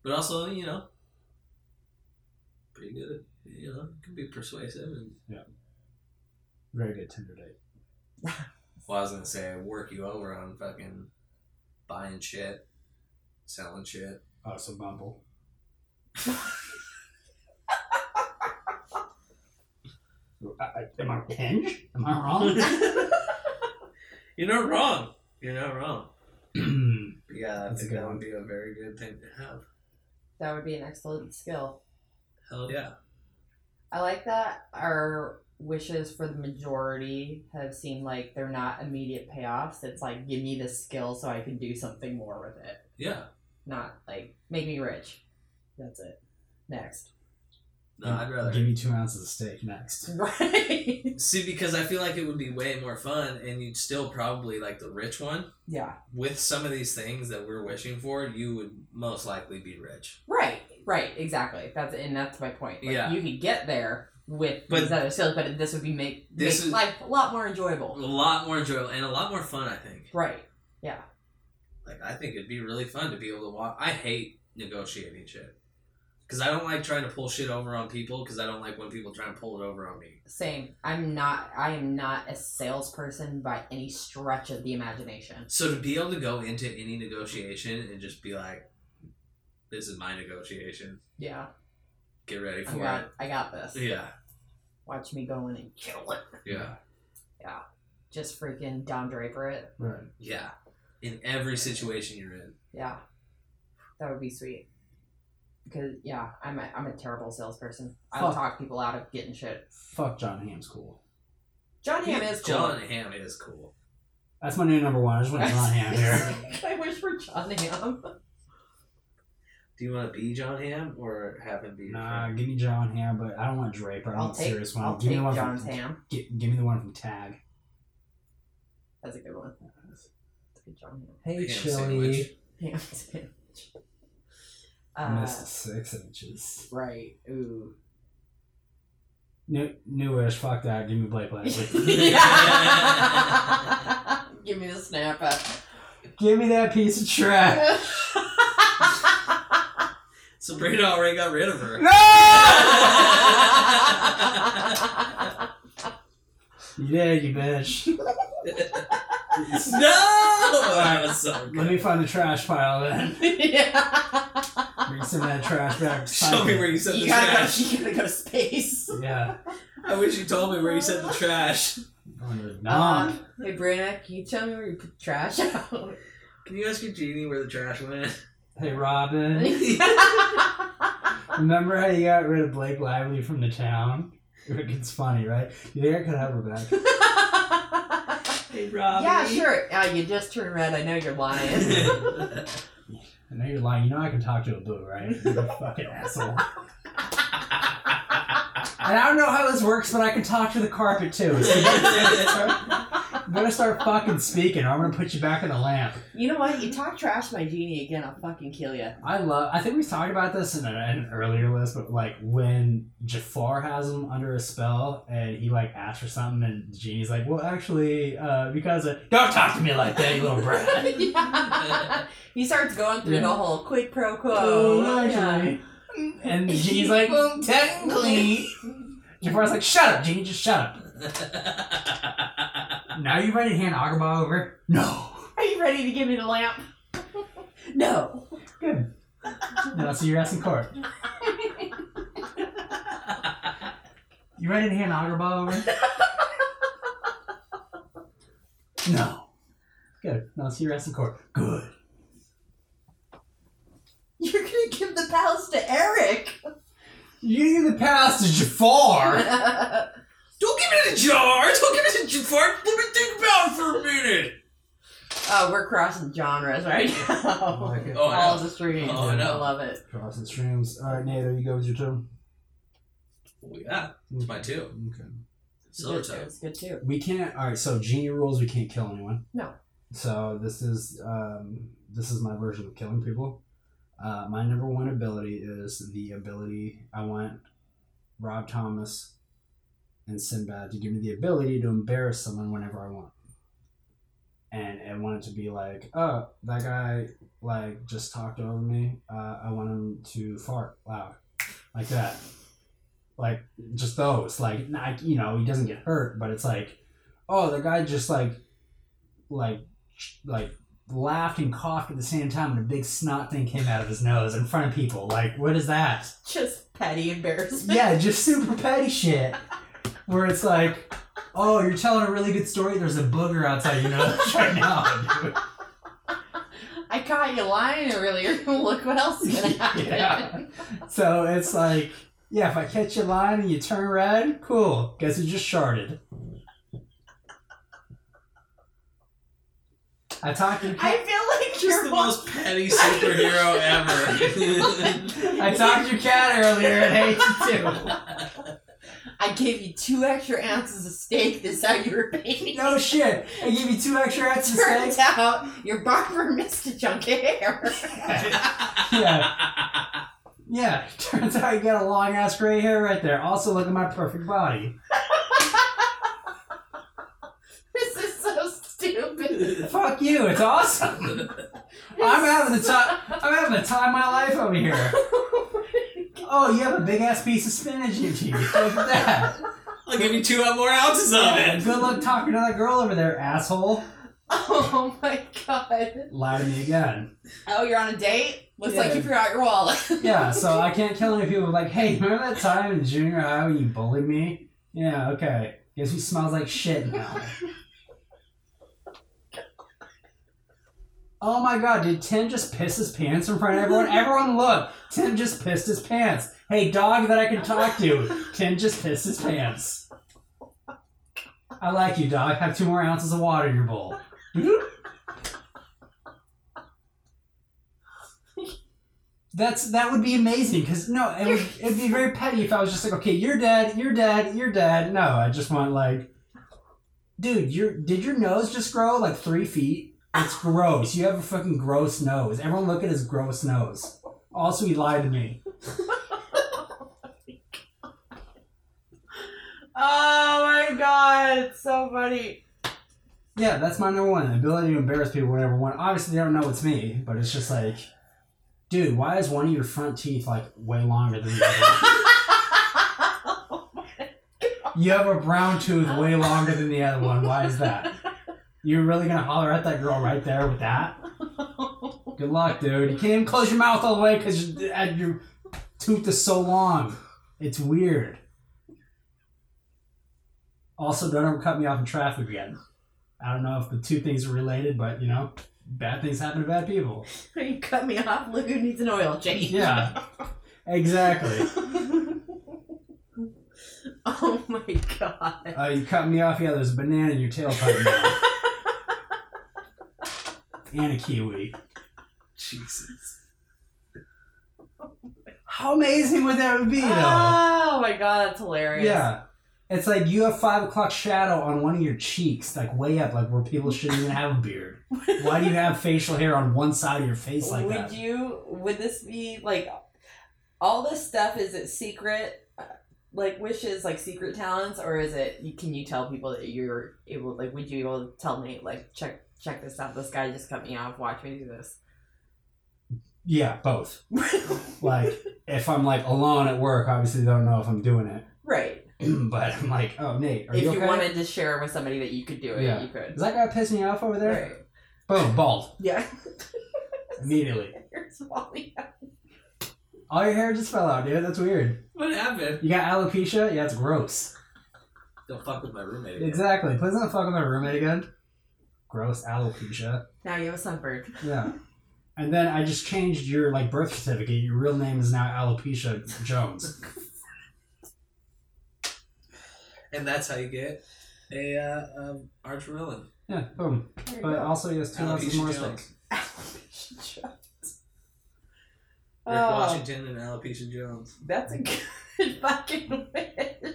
F: but also you know, pretty good. at- You know, can be persuasive. And
E: Very good Tinder date.
F: well, I was gonna say, work you over on fucking buying shit, selling shit.
E: Oh, so Bumble. I, I, am I hinge? Am I
F: You're not wrong. You're not wrong.
E: wrong?
F: Yeah, I
E: That's a
F: think
E: good
F: that
E: one.
F: would be a very good thing to have.
G: That would be an excellent skill.
F: Hell yeah.
G: I like that our wishes for the majority have seemed like they're not immediate payoffs. It's like give me the skill so I can do something more with it.
F: Yeah.
G: Not like make me rich. That's it. Next.
F: No, I'd
E: give
F: rather
E: me two ounces of steak next.
G: Right.
F: see because I feel like it would be way more fun, and you'd still probably like the rich one.
G: yeah.
F: With some of these things that we're wishing for, you would most likely be rich.
G: Right. Right. Exactly. That's and that's my point. Like,
F: Yeah.
G: You could get there with
F: But-
G: these other skills, but this would be make
F: This
G: make
F: is-
G: life a lot more
F: A
G: enjoyable.
F: lot more enjoyable and a lot more fun, I think.
G: Right. Yeah.
F: Like I think it'd be really fun to be able to walk. I hate negotiating shit because I don't like trying to pull shit over on people because I don't like when people try and pull it over on me.
G: Same. I'm not. I am not a salesperson by any stretch of the imagination.
F: So to be able to go into any negotiation and just be like, "This is my negotiation.
G: Yeah.
F: Get ready
G: I
F: for
G: got. I got this.
F: it." Yeah,
G: Watch me go in and kill it.
F: yeah,
G: Just freaking Don Draper it.
E: Right.
F: yeah. In every situation you're in.
G: Yeah. That would be sweet. Because yeah, I'm a, I'm a terrible salesperson. I'll
E: Fuck.
G: talk people out of getting shit.
E: Fuck John Ham's cool.
G: John Hamm is cool.
F: John Ham is cool.
E: That's my new number one. I just want John Ham here.
G: I wish for John Hamm.
F: Do you want to be John Ham or have him be? your
E: Nah,
F: friend?
E: give me John Ham, but I don't want Draper. I
G: I'll
E: want a
G: take,
E: serious one.
G: I'll
E: give
G: take
E: me the one
G: John's
E: from,
G: Ham.
E: gi- give me the one from Tag.
G: That's a good one. That's a good John
E: Hey,
F: Ham
E: Chili.
G: Hamm. Ham sandwich. Uh,
E: Missed six inches.
G: right. Ooh.
E: New, newish. Fuck that. Give me Blake Lively.
G: Yeah. Give me the snapper.
E: give me that piece of trash.
F: Sabrina already got rid of her.
E: You did, you bitch.
F: No, that was so
E: Let me
F: good.
E: find the trash pile then.
G: yeah.
E: Bring some of that trash back. to
F: Show me
E: Simon.
F: where you said
G: You
F: the
G: gotta
F: trash.
G: go. You gotta go to space.
E: Yeah.
F: I wish you told me where you said the trash.
E: On
F: Uh-huh.
E: your knob.
G: Um, hey, Brianna, can you tell me where you put the trash out?
F: Can you ask your genie where the trash went?
E: hey, Robin. Remember how you got rid of Blake Lively from the town? It's funny, right? You think I could have her back?
F: Hey, Robbie.
G: yeah, sure. Uh, you just turned red. I know you're lying.
E: I know you're lying. You know I can talk to a boo, right? You're a fucking asshole. And I don't know how this works, but I can talk to the carpet too. So I'm gonna start fucking speaking, or I'm gonna put you back in the lamp.
G: you know what? You talk trash, to my genie, again, I'll fucking kill you.
E: I love. I think we talked about this in, a, an earlier list, but like when Jafar has him under a spell and he like asks for something, and the genie's like, "Well, actually, uh, because of, don't talk to me like that, you little brat."
G: he starts going through the
E: Yeah.
G: whole quid pro quo.
E: Oh,
G: Yeah.
E: actually. And the genie's like, "Well, technically." Jafar's like, "Shut up, genie, just shut up." Now you ready to hand Agaba over? No.
G: Are you ready to give me the lamp? no.
E: Good. No, so you're asking court. You ready to hand Agaba over? No. Good. No, so you're asking court. Good.
G: You're gonna give the palace to Eric.
E: You need the pass to Jafar.
F: Don't give it in the jar. Don't give it in the jar. Let me think about it for a minute.
G: Oh, we're crossing genres right now.
E: I like it.
F: Oh, I
G: All
F: know.
G: the streams.
F: Oh,
E: I
F: know.
G: I love it.
E: Cross the streams. All right, Nate, there you go with your turn.
F: Well, yeah, it's my two.
E: Okay.
F: Summertime.
G: It's good too.
E: We can't. All right. So genie rules. We can't kill anyone.
G: No.
E: So this is um, this is my version of killing people. Uh, my number one ability is the ability I want Rob Thomas and Sinbad to give me the ability to embarrass someone whenever I want. And I want it to be like, oh, that guy like just talked over me. Uh, I want him to fart loud, like that, like just those. Like not, you know, he doesn't get hurt, but it's like, oh, the guy just like, like, like laughed and coughed at the same time, and a big snot thing came out of his nose in front of people. Like, what is that?
G: Just petty embarrassment.
E: yeah, just super petty shit. Where it's like, oh, you're telling a really good story. There's a booger outside your nose right now. dude.
G: I caught you lying earlier. Look what else is gonna happen.
E: Yeah. So it's like, yeah, if I catch you lying and you turn red, cool. Guess you just sharded. I talked to
G: I feel like
F: Just
G: you're
F: the most petty superhero ever.
E: I talked to your cat earlier and hate you
G: I gave you two extra ounces of steak. This how you were
E: too.
G: paying.
E: No shit. I give you two extra extra
G: Turns
E: steaks.
G: out your barber missed a chunk of hair.
E: Yeah. Yeah, turns out you got a long ass gray hair right there. Also, look at my perfect body.
G: this is so stupid.
E: Fuck you, it's awesome. I'm having the time. I'm having the time of my life over here. Oh, you have a big ass piece of spinach in your teeth. Look at that.
F: I'll give you two more ounces of it.
E: Good luck talking to that girl over there, asshole.
D: Oh my god.
E: Lie to me again.
D: Oh, you're on a date? Looks like
E: Yeah.
D: you forgot your wallet.
E: Yeah, so I can't kill any people. Like, hey, remember that time in junior high when you bullied me? Yeah, okay. Guess he smells like shit now. Oh my god, did Tim just piss his pants in front of everyone? Everyone look! Tim just pissed his pants. Hey, dog that I can talk to, Tim just pissed his pants. I like you, dog. Have two more ounces of water in your bowl. That's that would be amazing because no, it would it'd be very petty if I was just like, okay, you're dead, you're dead, you're dead. No, I just want like, dude, your did your nose just grow like three feet? It's gross. You have a fucking gross nose. Everyone look at his gross nose. Also, he lied to me.
D: Oh my god, it's so funny.
E: Yeah, that's my number one the ability to embarrass people. Whatever one, obviously they don't know it's me, but it's just like, dude, why is one of your front teeth like way longer than the other? You have a brown tooth way longer than the other one. Why is that? You're really gonna holler at that girl right there with that? Good luck, dude. You can't even close your mouth all the way because your, uh, your tooth is so long. It's weird. Also, don't ever cut me off in traffic again. I don't know if the two things are related, but you know, bad things happen to bad people.
D: you cut me off. Look who needs an oil change.
E: Yeah, exactly.
D: oh my god.
E: Uh, you cut me off. Yeah, there's a banana in your tailpipe now. and a kiwi.
F: Jesus.
E: How amazing would that be, though?
D: Oh my god, that's hilarious.
E: yeah. It's like you have five o'clock shadow on one of your cheeks, like way up, like where people shouldn't even have a beard. Why do you have facial hair on one side of your face like
D: would
E: that?
D: you would this be like all this stuff is it secret uh, like wishes like secret talents or is it you can you tell people that you're able like would you be able to tell me like check check this out this guy just cut me off watch me do this
E: yeah, both. Like, if I'm like alone at work, obviously they don't know if I'm doing it.
D: right
E: but I'm like, oh, Nate, are
D: if
E: you
D: you,
E: okay?
D: wanted to share with somebody that you could do it
E: Yeah.
D: you could
E: Is that guy pissing you off over there?
D: right
E: Boom, bald.
D: yeah
E: Immediately.
D: Here's Wally.
E: All your hair just fell out, dude. That's weird.
F: What happened?
E: You got alopecia? Yeah, it's gross.
F: Don't fuck with my roommate. again.
E: Exactly. Please don't fuck with my roommate again. Gross alopecia.
D: now you have a sunbird
E: Yeah. And then I just changed your like birth certificate. Your real name is now alopecia Jones.
F: And that's how you get a uh, um, Arch Merlin.
E: Yeah, boom. But uh, also he has two ounces
F: Alopecia
E: more
F: Jones.
E: steak.
F: Rick
D: Oh.
F: Washington and Alopecia Jones.
D: that's a good fucking wish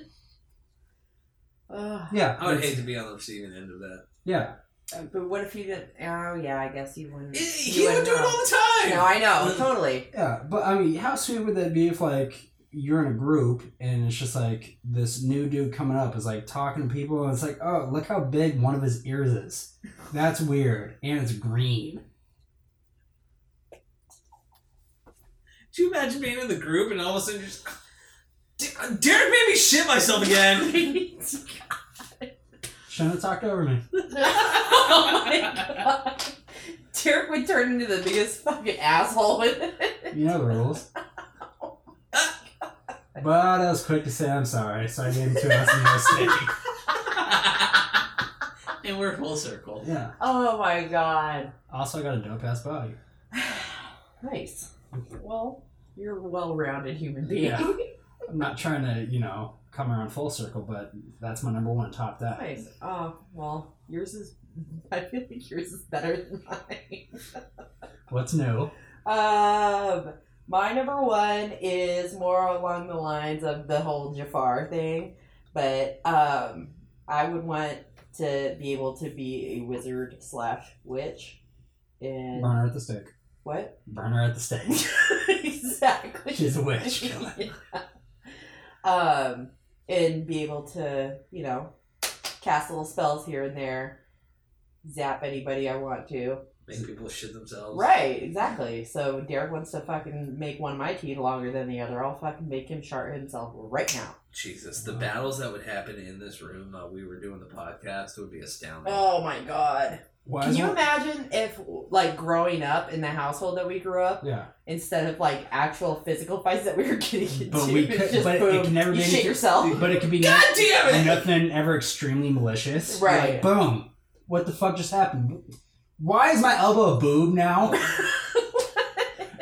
D: Ugh.
E: Yeah.
F: I would
E: it's-
F: hate to be on the receiving end of that.
E: Yeah.
D: Uh, But what if you didn't? Oh yeah, I guess you wouldn't.
F: He would do it
D: know.
F: all the time.
D: No, I know totally.
E: Yeah. But I mean, how sweet would that be if like you're in a group and it's just like this new dude coming up is like talking to people and it's like, oh, look how big one of his ears is. That's weird. And it's green.
F: Do you imagine being in the group and all of a sudden you're just. Der- Derek made me shit myself again.
E: Shouldn't have talked over me.
D: oh my god, Derek would turn into the biggest fucking asshole with it.
E: You know the rules. But I was quick to say I'm sorry, so I gave him two ounces more steak.
F: and we're full circle.
E: Yeah.
D: Oh my god,
E: Also, I got a dope ass body.
D: nice. Well, you're a well-rounded human being.
E: Yeah. I'm not trying to, you know, come around full circle, but that's my number one top that.
D: Nice. Oh well, yours is. I feel like yours is better than mine.
E: What's new?
D: Um, my number one is more along the lines of the whole Jafar thing, but um, I would want to be able to be a wizard slash witch. And
E: Burn her at the stake.
D: what
E: Burn her at the stake.
D: exactly?
E: She's a witch. Kill her.
D: um, and be able to, you know, cast little spells here and there, zap anybody I want to.
F: Make people shit themselves.
G: Right, exactly. So Derek wants to fucking make one of my teeth longer than the other. I'll fucking make him shart himself right now.
F: Jesus, the
G: Uh-huh.
E: Wow.
F: battles that would happen in this room while we were doing the podcast would be astounding.
G: Oh my god.
E: Why
G: Can
E: is
G: you
E: one-
G: imagine if, like, growing up in the household that we grew up,
E: Yeah.
G: instead of, like, actual physical fights that we were getting into,
E: But we
G: it's
E: could-
G: just
E: but it
G: boom,
E: can never
G: you
E: be
G: shit
E: anything-
G: yourself.
E: But it could be
G: God
E: nothing,
G: damn it!
E: nothing ever extremely malicious.
G: Right.
E: Like, boom. What the fuck just happened? Why is my elbow a boob now?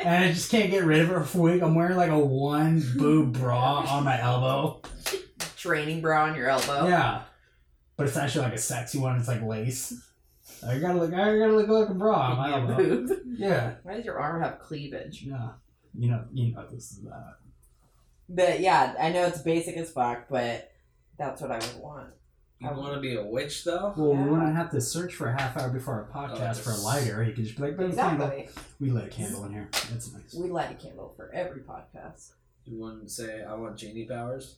E: and I just can't get rid of it for a week. I'm wearing like a one boob bra on my elbow.
G: Training bra on your elbow.
E: Yeah. But it's actually like a sexy one. It's like lace. I gotta look. I gotta look like a bra on my
G: Your
E: elbow.
G: boob.
E: Yeah.
G: Why does your arm have cleavage?
E: Yeah. You know. You know this is uh, that.
G: But yeah, I know it's basic as fuck, but that's what I would want.
F: You want to be a witch though?
E: Well, we
G: Oh, Yeah.
E: wouldn't have to search for a half hour before our
F: Oh,
E: podcast
F: that's-
E: for a lighter. You could just be like, "Boom, candle."
G: Exactly.
E: We lit a candle in here. That's nice.
G: We light a candle for every podcast.
F: You want to say, I want genie powers?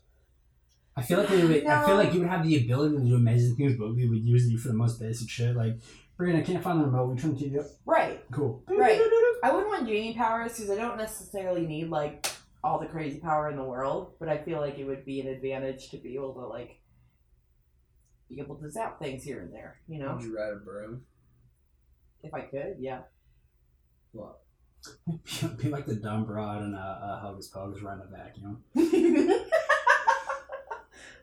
E: I feel like we would, I feel
G: No.
E: like you would have the ability to do amazing things, but we would use you for the most basic shit. Like, Brian, I can't find the remote. We turn the TV up.
G: Right.
E: Cool.
G: Right. I wouldn't want genie powers because I don't necessarily need like all the crazy power in the world, but I feel like it would be an advantage to be able to like be able to zap things here and there. You know,
E: Mm.
F: Would you ride a broom?
G: if I could, yeah.
F: Well,
E: Be like the dumb broad and uh, uh, Hocus Pocus riding a vacuum.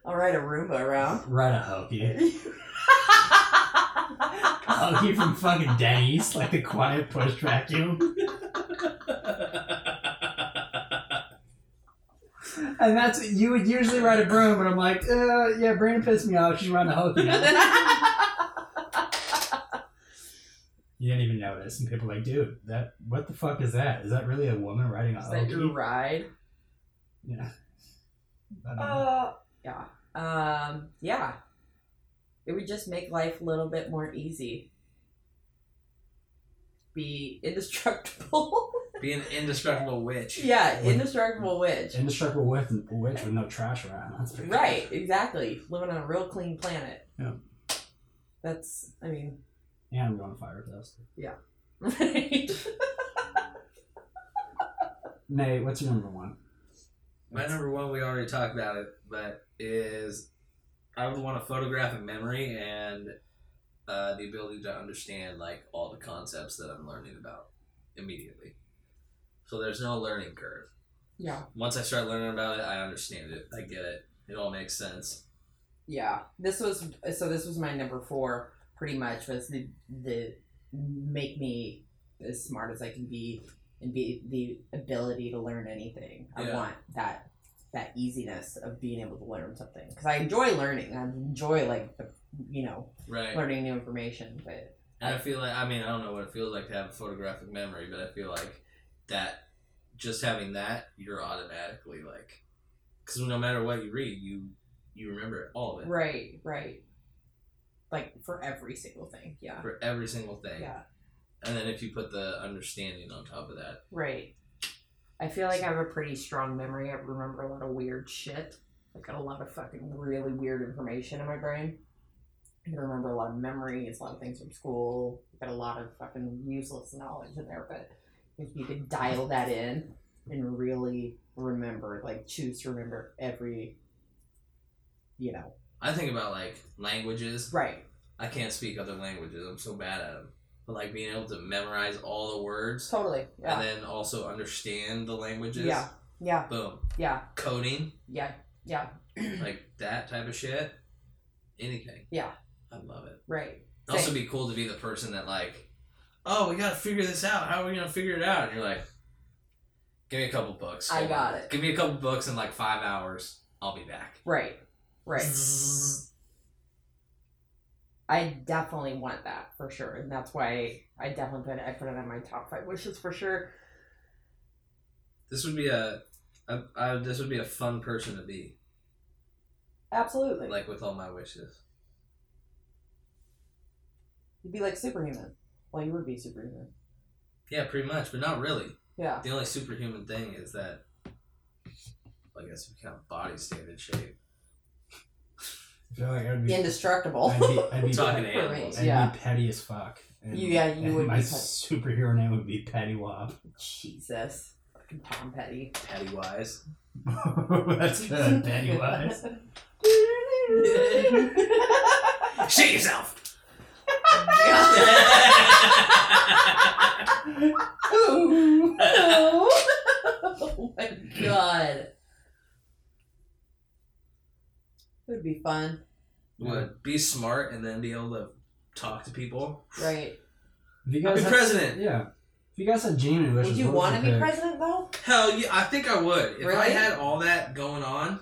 G: I'll ride a Roomba around.
E: Ride a Hokey. Hokey from fucking Denny's, like the quiet push vacuum. And that's, you would usually ride a broom, but I'm like, uh, yeah, Brandon pissed me off. She's riding a Hokey. now. you didn't even notice. And people are like, dude, that, what the fuck is that? Is that really a woman riding a
G: Is that your
E: Hokey?
G: ride?
E: Yeah. I don't know.
G: Uh, yeah. Um, yeah. It would just make life a little bit more easy. Be indestructible.
F: be an indestructible witch.
G: yeah,
E: Would-
G: indestructible witch.
E: Indestructible with witch with no trash around. That's pretty
G: Right, exactly. Living on a real clean planet.
E: Yeah.
G: That's, I mean,
E: Cool. And we're on a fire test.
G: right.
E: Nate, what's your number one?
F: My number one, we already talked about it, but is I would want to photograph a memory and uh, the ability to understand like all the concepts that I'm learning about immediately. So there's no learning curve.
G: Yeah.
F: Once I start learning about it, I understand it. I get it. It all makes sense.
G: Yeah. This was so this was my number four pretty much was the the make me as smart as I can be and be the ability to learn anything. I
F: Yeah.
G: want that that easiness of being able to learn something because I enjoy learning. I enjoy like the, you know
F: Right.
G: learning new information, but
F: And I feel like I mean I don't know what it feels like to have a photographic memory, but I feel like that just having that you're automatically like because no matter what you read, you you remember it, all of it
G: right, right, like for every single thing. Yeah,
F: for every single thing.
G: yeah,
F: And then if you put the understanding on top of that,
G: right. I feel like I have a pretty strong memory. I remember a lot of weird shit. I've got a lot of fucking really weird information in my brain. I can remember a lot of memories, a lot of things from school. I've got a lot of fucking useless knowledge in there, but if you could dial that in and really remember, like choose to remember every, you know,
F: I think about like languages.
G: right,
F: I can't speak other languages. I'm so bad at them. But like being able to memorize all the words
G: totally,
F: and
G: yeah,
F: then also understand the languages.
G: yeah, yeah,
F: Boom.
G: yeah,
F: Coding.
G: yeah, yeah,
F: like that type of shit. Anything.
G: Yeah.
F: I love it.
G: right,
F: It'd also
G: Same.
F: be cool to be the person that like, oh, we gotta figure this out. How are we gonna figure it out? And you're like, give me a couple books.
G: I
F: Hold
G: got
F: on.
G: it.
F: Give me a couple books in like five hours. I'll be back.
G: right, right. I definitely want that for sure, and that's why I definitely put it, I put it on my top five wishes for sure.
F: This would be a, I, I, this would be a fun person to be.
G: Absolutely,
F: Like with all my wishes.
G: you'd be like superhuman. Well, you would be superhuman.
F: Yeah, pretty much, but not really.
G: Yeah,
F: The only superhuman thing is that, I guess, we kind of body standard shape.
E: I feel like I'd be,
G: indestructible.
E: I'd be, I'd be,
F: Talking
E: petty,
F: to
G: For me.
F: animals.
E: I'd
G: Yeah.
E: be petty as fuck. And,
D: You- yeah, you
E: and
D: would
E: My
D: be pet-
E: superhero name would be Patty Wop.
D: Jesus. Fucking Tom Petty.
F: Patty Wise.
E: That's good, Patty Wise.
F: Shit yourself.
D: Ooh. oh my god. It would be fun,
F: Would be smart and then be able to talk to people.
D: right?
E: If you
F: I'll
E: guys
F: be
E: had-
F: president.
E: yeah. If you guys had genie wishes,
D: Would you
E: what
D: want to be
E: pick?
D: president though?
F: Hell yeah, I think I would. If I
D: Really?
F: had all that going on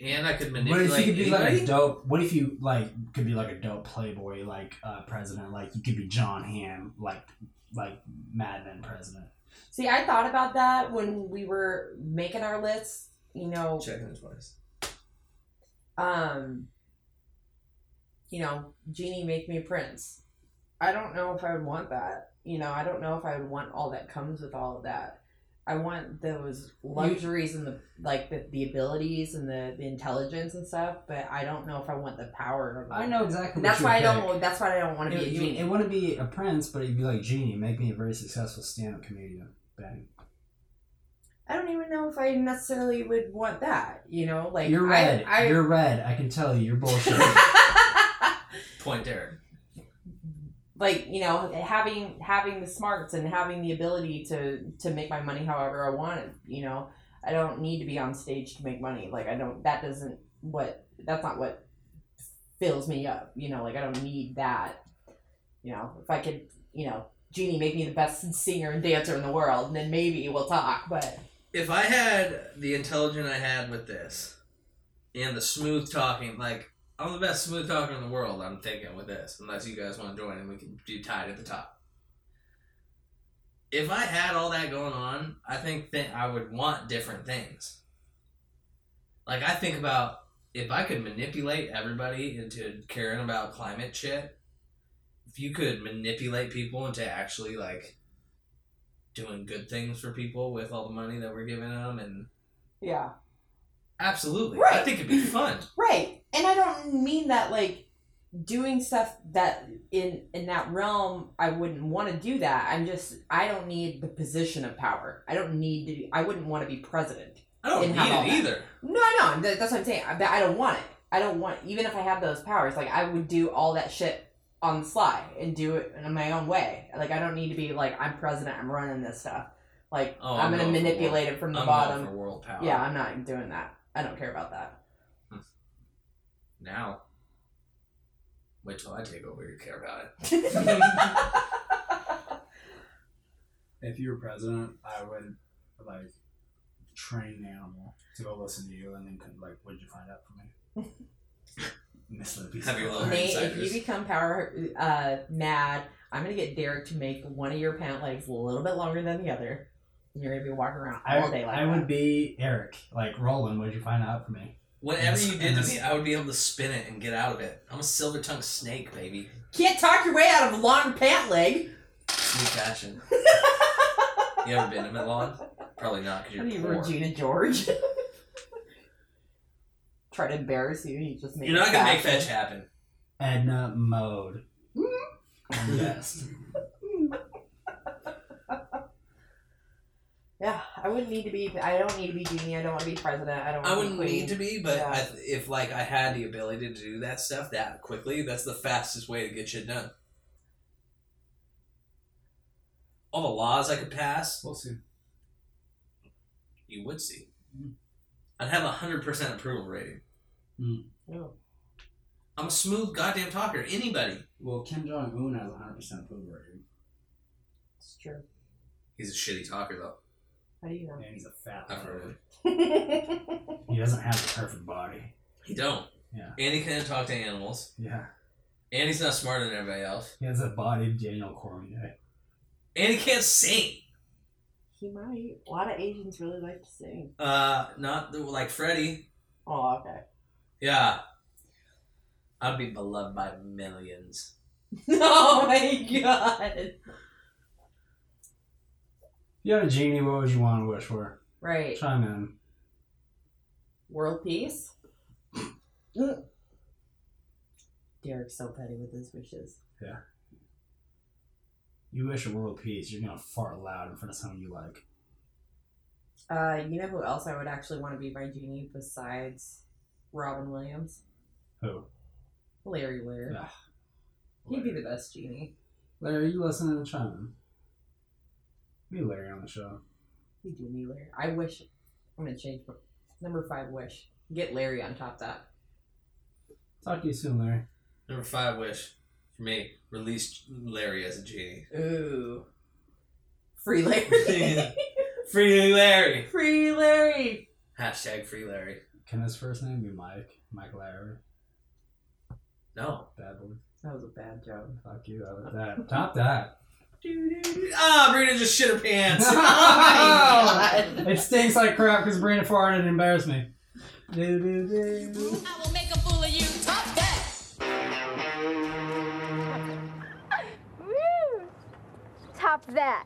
F: and I could
E: What
F: manipulate
E: if you could be like
F: anybody,
E: a dope? What if you like could be like a dope playboy, like uh, president? Like you could be John Hamm, like like Mad Men president.
D: See, I thought about that when we were making our lists. You know,
F: checking it twice.
D: um, you know, genie make me prince. I don't know if I would want that. You know, I don't know if I would want all that comes with all of that. I want those luxuries and the like the, the abilities and the, the intelligence and stuff, but I don't know if I want the power. Of it.
E: I know exactly.
D: And that's
E: what
D: why I
E: you would pick.
D: don't. That's why I don't want to be
E: It,
D: a
E: you-
D: genie.
E: it wouldn't be a prince, but it'd be like genie. Make me a very successful stand-up comedian. Bang.
D: I don't even know if I necessarily would want that. You know, like
E: you're
D: I-
E: red.
D: I,
E: you're red. I can tell you. You're bullshit.
F: Point there.
D: like you know having having the smarts and having the ability to to make my money however i want it you know i don't need to be on stage to make money like i don't that doesn't what that's not what fills me up you know like i don't need that you know if i could you know genie make me the best singer and dancer in the world and then maybe we'll talk but
F: If I had the intelligence I had with this and the smooth talking, like I'm the best smooth talker in the world, I'm thinking with this, unless you guys want to join and we can do tied at the top. If I had all that going on, I think that I would want different things. Like I think about if I could manipulate everybody into caring about climate shit, if you could manipulate people into actually like doing good things for people with all the money that we're giving them and
D: yeah
F: absolutely i
D: Right.
F: think it'd be fun
D: Right. And I don't mean that like doing stuff that in in that realm I wouldn't want to do that. I'm just I don't need the position of power. I don't need to I wouldn't want to be president.
F: i don't
D: And
F: need
D: have all
F: it
D: that.
F: either
D: No, I know. That, that's what I'm saying. I, but I don't want it. I don't want even if I had those powers, like I would do all that shit on the sly and do it in my own way. Like I don't need to be like I'm president, I'm running this stuff. Like
F: Oh,
D: I'm,
F: I'm
D: going
F: going
D: to
F: for
D: manipulate it from the
F: i'm all
D: bottom.
F: for world power
D: Yeah, I'm not doing that. I don't care about that.
F: now wait till i take over you care about it
E: if you were president, I would like train an animal to go listen to you, and then could, like, what did you find out from me? Miss the piece.
F: Have your little-
D: Nate, if
F: Insiders.
D: you become power uh, mad, I'm gonna get Derek to make one of your pant legs a little bit longer than the other, and you're gonna be walking around
E: I,
D: all day like
E: I
D: that.
E: would be Eric, like Roland. What did you find out from me?
F: whatever
E: Yes,
F: you did to
E: yes.
F: me i would be able to spin it and get out of it i'm a silver-tongued snake baby
D: Can't talk your way out of a long pant leg.
F: sweet fashion you ever been to milan probably not
D: What Are
F: because
D: you
F: you're poor
D: Regina George? Try to embarrass you. You just make.
F: you're not
D: it
F: gonna make
D: fashion.
F: fetch happen
E: Edna Mode.
D: Mm-hmm.
E: I'm the best.
D: Yeah, I wouldn't need to be. I don't need to be genie. I don't want to be president. I don't.
F: I
D: want
F: wouldn't
D: to be
F: need to be, but
D: Yeah.
F: I, if like I had the ability to do that stuff that quickly, that's the fastest way to get shit done. All the laws I could pass,
E: We'll see.
F: you would see. I'd have a hundred percent approval rating.
D: No.
F: I'm a smooth goddamn talker. Anybody,
E: Well, Kim Jong Un has 100 percent approval rating,
D: It's true.
F: he's a shitty talker though.
D: How do you know?
E: and he's a fat.
F: I've heard of
E: motherfucker.
F: it.
E: He doesn't have the perfect body.
F: He don't.
E: Yeah.
F: And he can't talk to animals.
E: Yeah,
F: And he's not smarter than everybody else.
E: he has a body of Daniel Cormier.
F: And he can't sing.
D: he might. A lot of Asians really like to sing.
F: Uh, not the, like Freddie.
D: Oh, okay.
F: Yeah. I'd be beloved by millions.
D: Oh my god.
E: If you had a genie, what would you want to wish for?
D: Right.
E: Chime in.
D: World peace. Derek's so petty with his wishes.
E: Yeah. You wish a world peace. You're gonna fart loud in front of someone you like.
D: Uh, you know who else I would actually want to be my genie besides Robin Williams?
E: Who?
D: Larry Weir.
E: Ugh.
D: He'd be the best genie.
E: Larry, you listening to Chime? Me, Larry, on the show.
D: We do need Larry. I wish. I'm gonna change my- number five wish. Get Larry on top of that.
E: Talk to you soon, Larry.
F: Number five wish for me: release Larry as a genie.
D: Ooh. Free Larry.
F: free Larry.
D: Free Larry.
F: Hashtag free Larry.
E: Can his first name be Mike? Mike Larry?
F: No.
E: Bad boy.
D: That was a bad joke.
E: Fuck you. I with that. Top that.
F: Ah, Brina just shit her pants.
E: it stinks like crap because Brandon farted and embarrassed me. Do-do-do.
A: I will make a fool of you. Top that.
C: Woo! Top that.